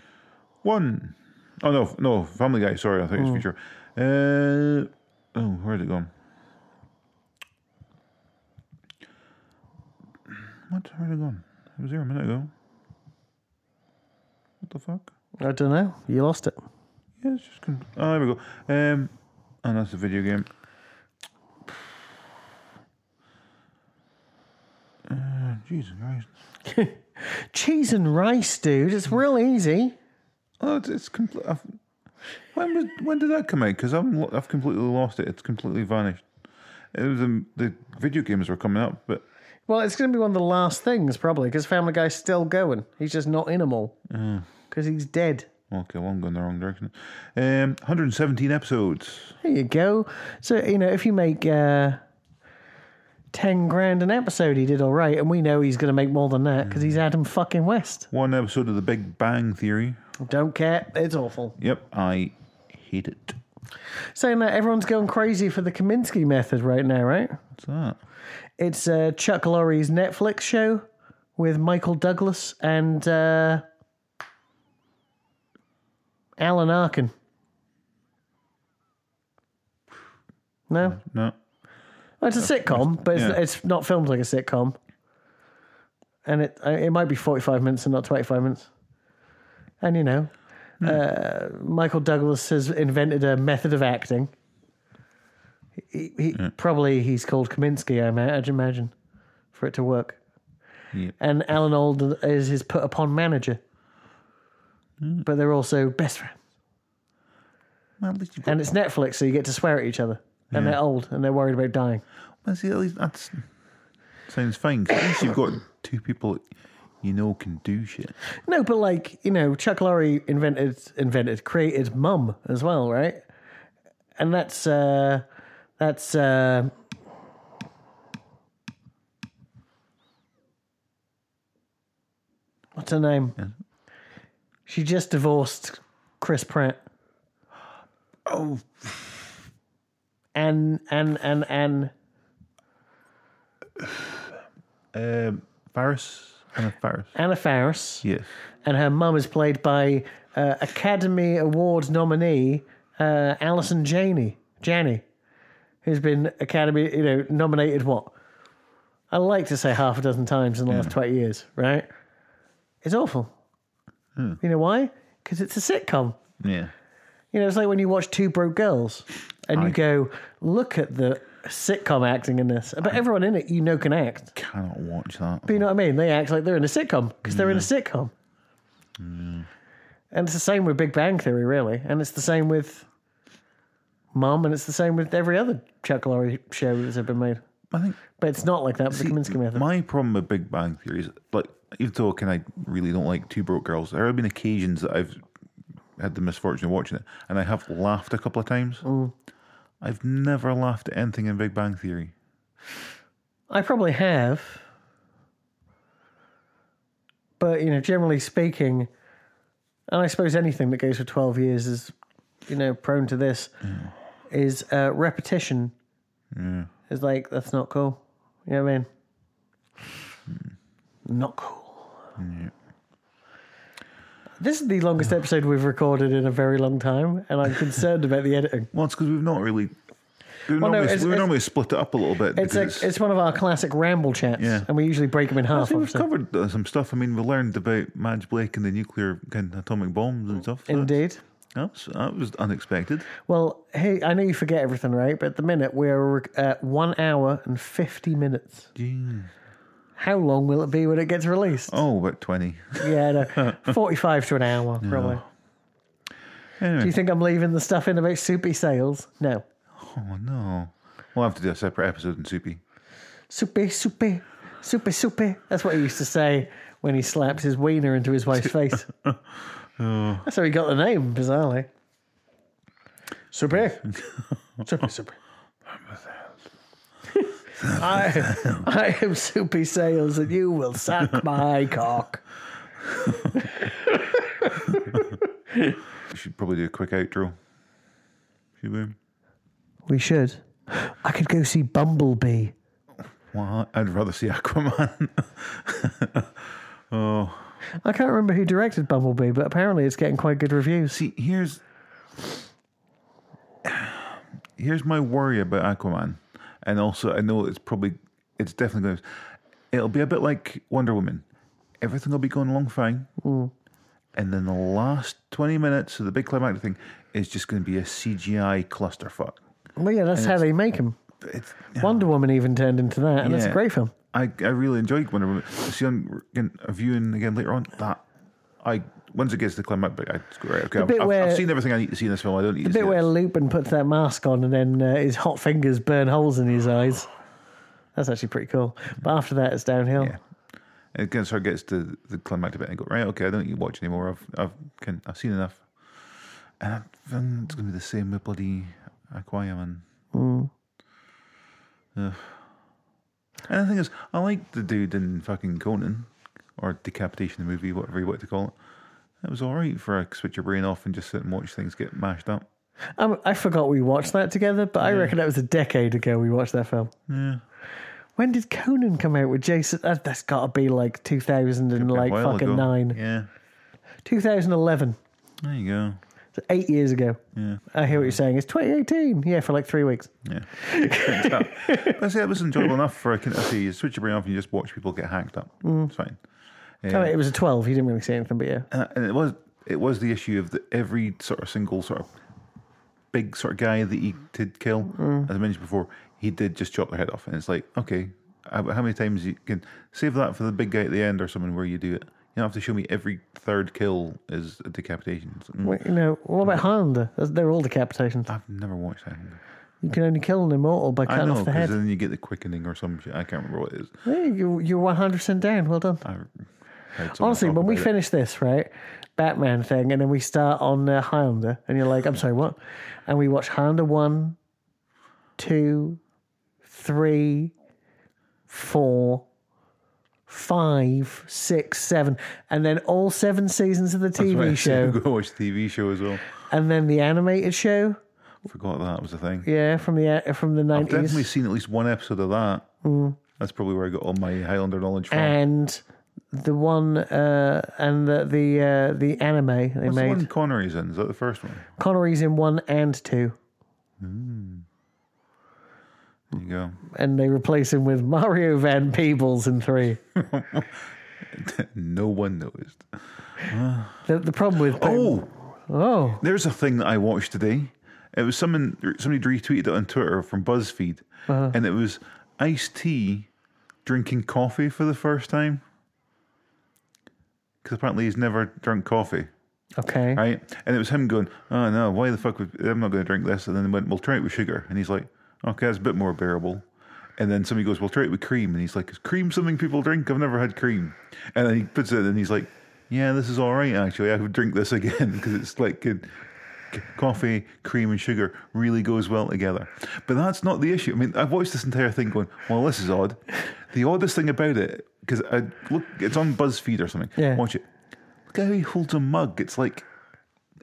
B: One. Oh no, no Family Guy. Sorry, I thought it was Future. Uh, oh, where'd it go? What? Where'd it go? It was there a minute ago. What the fuck?
A: I don't know. You lost it.
B: Yeah, it's just. Con- oh, there we go. Um, and that's a video game. Uh, Jesus Christ.
A: Cheese and rice, dude. It's real easy.
B: Oh, it's, it's complete. When was, when did that come out? Because I've lo- I've completely lost it. It's completely vanished. It was um, the video games were coming up, but
A: Well, it's going to be one of the last things probably because Family Guy's still going. He's just not in them all because he's dead.
B: okay, well I'm going the wrong direction. Um, 117 episodes.
A: There you go. So you know, if you make uh, ten grand an episode, he did all right, and we know he's going to make more than that because he's Adam fucking West.
B: One episode of The Big Bang Theory.
A: Don't care. It's awful.
B: Yep, I hate it.
A: Saying that everyone's going crazy for the Kaminsky method right now, right?
B: What's that?
A: It's uh, Chuck Lorre's Netflix show with Michael Douglas and uh, Alan Arkin. No,
B: No.
A: Well, it's a sitcom, but it's,
B: yeah.
A: it's not filmed like a sitcom. And it uh, it might be forty five minutes and not twenty five minutes. And you know, uh, Michael Douglas has invented a method of acting. He, he probably he's called Kaminsky. I ima- I'd imagine for it to work.
B: Yep.
A: And Alan Alda is his put upon manager, but they're also best friends.
B: Well, at least you've got
A: And it's Netflix, so you get to swear at each other. And they're old, and they're worried about dying.
B: Well, see, at least that's sounds fine. 'cause at least you've got two people that you know can do shit.
A: No, but like you know, Chuck Lorre invented invented created Mum as well, right? And that's uh that's uh what's her name? She just divorced Chris Pratt.
B: Oh,
A: And and and and
B: um, Faris and Faris.
A: Anna Faris,
B: Yes.
A: and her mum is played by uh, Academy Award nominee uh, Alison Janney, Janney, who's been Academy, you know, nominated what? I like to say half a dozen times in the last twenty years, right? It's awful. You know why? Because it's a sitcom.
B: Yeah.
A: You know, it's like when you watch Two Broke Girls, and
B: I-
A: you go, "Look at the sitcom acting in this," but everyone in it you know can act.
B: Cannot watch that.
A: But you know what I mean? They act like they're in a sitcom because they're in a sitcom. And it's the same with Big Bang Theory, really. And it's the same with Mum, and it's the same with every other Chuck Lorre show that's ever been made.
B: I think
A: But it's not like that with the Kaminsky method.
B: my problem with Big Bang Theory is like, even though can I really don't like Two Broke Girls, there have been occasions that I've had the misfortune of watching it, and I have laughed a couple of times.
A: Oh.
B: I've never laughed at anything in Big Bang Theory.
A: I probably have. But, you know, generally speaking, and I suppose anything that goes for 12 years is, you know, prone to this, is uh, repetition. Yeah. It's like, that's not cool. You know what I mean?
B: Hmm.
A: Not cool. This is the longest episode we've recorded in a very long time, and I'm concerned about the editing.
B: Well, it's because we've not really We would
A: Well, no,
B: normally,
A: it's-
B: we would
A: it's-
B: normally split it up a little bit.
A: It's
B: because
A: a, it's one of our classic ramble chats,
B: Yeah.
A: and we usually break them in
B: I
A: half.
B: think we've
A: obviously.
B: covered uh, some stuff. I mean, we learned about Madge Blake and the nuclear kind of atomic bombs and stuff. so
A: Indeed.
B: That was, that was unexpected.
A: Well, hey, I know you forget everything, right? But at the minute we're at one hour and fifty minutes.
B: Jeez.
A: How long will it be when it gets released?
B: Oh, about 20.
A: Yeah, no, forty-five to an hour, probably. Do you
B: Anyway.
A: think I'm leaving the stuff in about soupy sales? No,
B: Oh, no. We'll have to do a separate episode in Soupy.
A: soupy, soupy, soupy, soupy. That's what he used to say when he slaps his wiener into his wife's face. That's how he got the name, bizarrely. Soupy, soupy, soupy. I, I am soupy sales, and you will suck my cock.
B: We should probably do a quick outro. Should we?
A: We should. I could go see Bumblebee.
B: Well, I'd rather see Aquaman.
A: I can't remember who directed Bumblebee, but apparently it's getting quite good reviews.
B: see, here's here's my worry about Aquaman, and also I know it's probably it's definitely going. to... It'll be a bit like Wonder Woman. Everything will be going along fine,
A: Hmm.
B: and then the last twenty minutes of the big climactic thing is just going to be a CGI clusterfuck.
A: Well, yeah, that's how they make them.
B: It's,
A: Wonder Woman even turned into that, and it's a
B: Yeah.
A: great film.
B: I, I really enjoyed Wonder Woman. See on again, a viewing again later on that I once it gets to the climactic, I just go right. Okay, I've,
A: bit
B: I've,
A: where-
B: I've seen everything I need to see in this film. I don't need
A: The
B: to
A: bit
B: see
A: where
B: this.
A: Lupin puts that mask on and then uh, his hot fingers burn holes in his eyes. That's actually pretty cool. But after that, it's downhill.
B: Yeah. And again, so it gets to the climactic bit and I go right. Okay, I don't need to watch anymore. I've I've can, I've seen enough. And I think it's gonna be the same with bloody Aquaman.
A: Mm.
B: Ugh. And the thing is, I like the dude in fucking Conan or decapitation the movie, whatever you want to call it. It was all right for a switch your brain off and just sit and watch things get mashed up.
A: Um, I forgot we watched that together, but I reckon that was a decade ago we watched that film. Yeah. When did Conan come out with Jason? That, that's got to be like 2000 and
B: A
A: like
B: while
A: fucking
B: ago.
A: nine,
B: Yeah,
A: 2011.
B: there you go.
A: It's eight years ago. Yeah. I hear what you're saying. It's 2018. Yeah, for like three weeks.
B: Yeah. I say it was enjoyable enough for a kind of see you switch your brain off and you just watch people get hacked up.
A: Mm.
B: It's fine. Yeah.
A: Oh, wait, it was a 12. You didn't really see anything, but yeah.
B: and, Uh, and it was it was the issue of the, every sort of single sort of big sort of guy that he did kill,
A: Mm.
B: as I mentioned before, he did just chop their head off, and it's like okay, how how many times you can save that for the big guy at the end or something where you do it. You don't have to show me every third kill is a decapitation. It's like, mm,
A: Wait, you know, what about Highlander? That's- They're all decapitations.
B: I've never watched that. one.
A: You can only kill an immortal by
B: I
A: cutting
B: know
A: off the
B: because
A: head.
B: then you get the quickening or some shit. I can't remember what it is.
A: Yeah, you, you're 100% down. Well done.
B: I heard someone
A: Honestly,
B: talk
A: when we
B: about it.
A: finish this, right? Batman thing, and then we start on uh, Highlander, and you're like, I'm sorry, what? And we watch Highlander one, two, three, four, five, six, seven, and then all seven seasons of the
B: That's why I
A: TV
B: said
A: show,
B: Go watch the TV show as well.
A: and then the animated show,
B: Forgot that was a thing.
A: yeah, from the uh, from the
B: I've definitely
A: 90s,
B: seen at least one episode of that. That's probably where I got all my Highlander knowledge from.
A: Eh, and the one uh, and the the uh, the anime they
B: What's the
A: made.
B: one Connery's in? Is that the first one?
A: Connery's in one and two.
B: There you go.
A: and they replace him with Mario Van Peebles in three.
B: No one noticed.
A: The, the problem with
B: Oh,
A: oh
B: there's a thing that I watched today. It was someone somebody retweeted it on Twitter from BuzzFeed, and it was Ice T drinking coffee for the first time because apparently he's never drunk coffee.
A: okay,
B: right? And it was him going, "Oh no, why the fuck? Would, I'm not going to drink this." And then they went, "We'll try it with sugar," and he's like, "Okay, that's a bit more bearable." And then somebody goes, "We'll try it with cream," and he's like, "Is cream something people drink? I've never had cream." And then he puts it, in and he's like, "Yeah, this is all right actually. I would drink this again because it's like good." C- Coffee, cream, and sugar really goes well together, but that's not the issue. I mean, I've watched this entire thing going, "Well, this is odd." The oddest thing about it, because I look, it's on BuzzFeed or something.
A: Yeah.
B: Watch it. Look how he holds a mug. It's like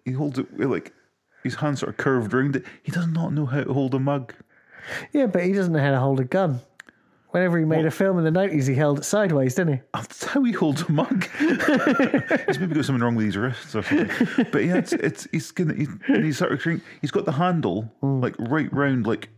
B: he holds it with, like his hands are curved round it. He does not know how to hold a mug.
A: yeah, but he doesn't know how to hold a gun. Whenever he made a film in the nineties, he held it sideways, didn't he?
B: That's how he holds a mug. he's maybe got something wrong with his wrists or something. But yeah, it's, it's he's gonna he's, and he's sort of drink- he's got the handle like right round like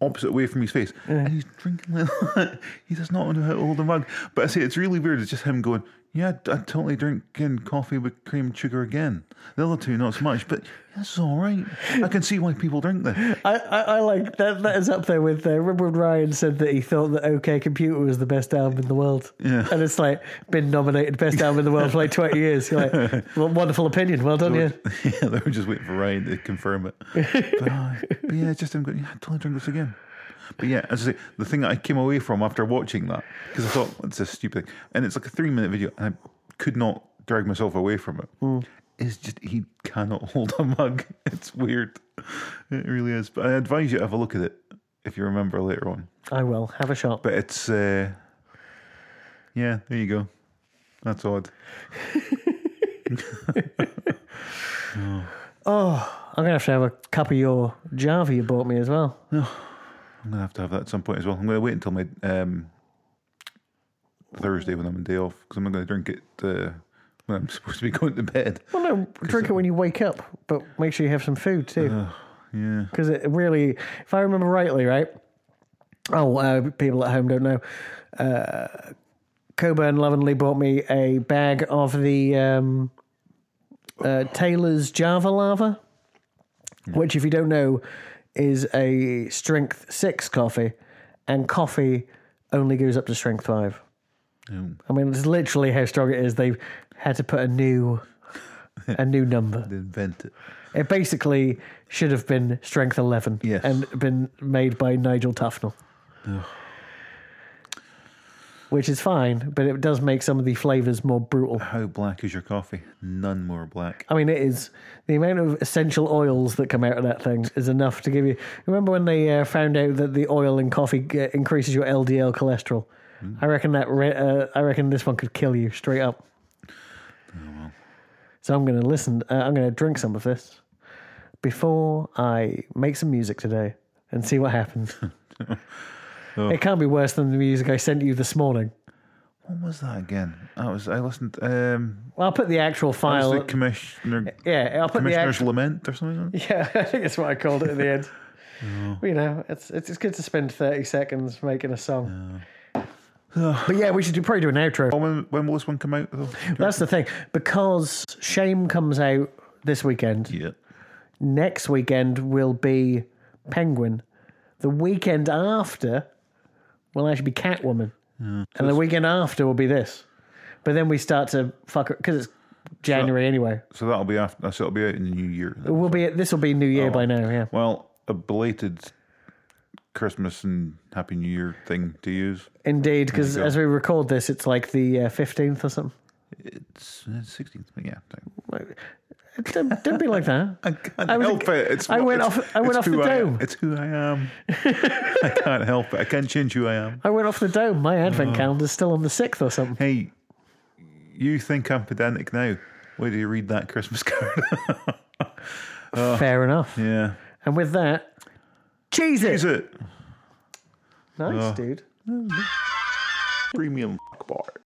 B: opposite way from his face, and he's drinking like that. He does not know how to hold a mug. But I say it's really weird. It's just him going, "Yeah, I totally drinking coffee with cream and sugar again." The other two, not so much, but that's all right. I can see why people drink this.
A: I, I, I like that. That is up there with. Uh, remember when Ryan said that he thought that OK Computer was the best album in the world?
B: Yeah.
A: And it's like been nominated best album in the world for like twenty years. You're like, well, wonderful opinion. Well done, Oh, yeah.
B: yeah, they were just waiting for Ryan to confirm it. But, uh, but yeah, it's just him going, yeah, totally drink this again. But yeah, as I say, the thing that I came away from after watching that, because I thought, what's a stupid thing? And it's like a three minute video, and I could not drag myself away from it. It's just, he cannot hold a mug. It's weird. It really is. But I advise you to have a look at it if you remember later on.
A: I will have a shot.
B: But it's, uh, yeah, there you go. That's odd.
A: I'm gonna have to have a cup of your Java you bought me as well.
B: I'm gonna have to have that at some point as well. I'm gonna wait until my um, Thursday when I'm on day off because I'm not gonna drink it uh, when I'm supposed to be going to bed.
A: Well, no, drink it when you wake up, but make sure you have some food too,
B: Yeah,
A: because it really, if I remember rightly, right. Oh, uh, people at home don't know. Uh, Coburn lovingly bought me a bag of the um, uh, Taylor's Java Lava, which, if you don't know, is a strength six coffee, and coffee only goes up to strength five. I mean, it's literally how strong it is. They had to put a new, a new number.
B: they invent it.
A: It basically should have been strength 11
B: Yes.
A: and been made by Nigel Tufnell. Which is fine, but it does make some of the flavours more brutal.
B: How black is your coffee? None more black.
A: I mean, it is the amount of essential oils that come out of that thing is enough to give you. Remember when they uh, found out that the oil in coffee uh, increases your LDL cholesterol? I reckon that. Re- uh, I reckon this one could kill you straight up. So I'm going to listen. Uh, I'm going to drink some of this before I make some music today and see what happens. It can't be worse than the music I sent you this morning.
B: What was that again? I was I listened. Um,
A: Well, I'll put the actual
B: that
A: file.
B: was the commissioner.
A: yeah, I'll put the
B: Commissioner's
A: actual.
B: lament or something. like
A: Yeah, I think that's what I called it at the end. You know, it's, it's it's good to spend thirty seconds making a song. But yeah, we should do, probably do an
B: that? Oh,
A: outro.
B: when when will this one come out though?
A: That's the thing because Shame comes out this weekend.
B: yeah.
A: Next weekend will be Penguin. The weekend after will actually be Catwoman, and the weekend after will be this. But then we start to fuck because it's January anyway.
B: So that'll be after. So it'll be out in the new year. then.
A: We'll be this will be New
B: Oh.
A: Year by now. Yeah.
B: Well, a belated Christmas and Happy New Year thing to use.
A: Indeed, because
B: There you go.
A: as we record this, it's like the uh, fifteenth or something.
B: It's sixteenth, yeah.
A: Don't, don't be like that.
B: I can't
A: I was-
B: help it. It's
A: I
B: what-
A: went
B: it's-
A: off- I went
B: it's
A: off the
B: who I-
A: dome.
B: it's who I am. I can't help it. I can't change who I am.
A: I went off the dome. My
B: Oh.
A: advent calendar's still on the sixth or something.
B: Hey, you think I'm pedantic now? Where do you read that Christmas card? Oh.
A: Fair enough.
B: yeah,
A: And with that, cheese it.
B: is it Oh.
A: Nice, dude.
B: premium fuck bar?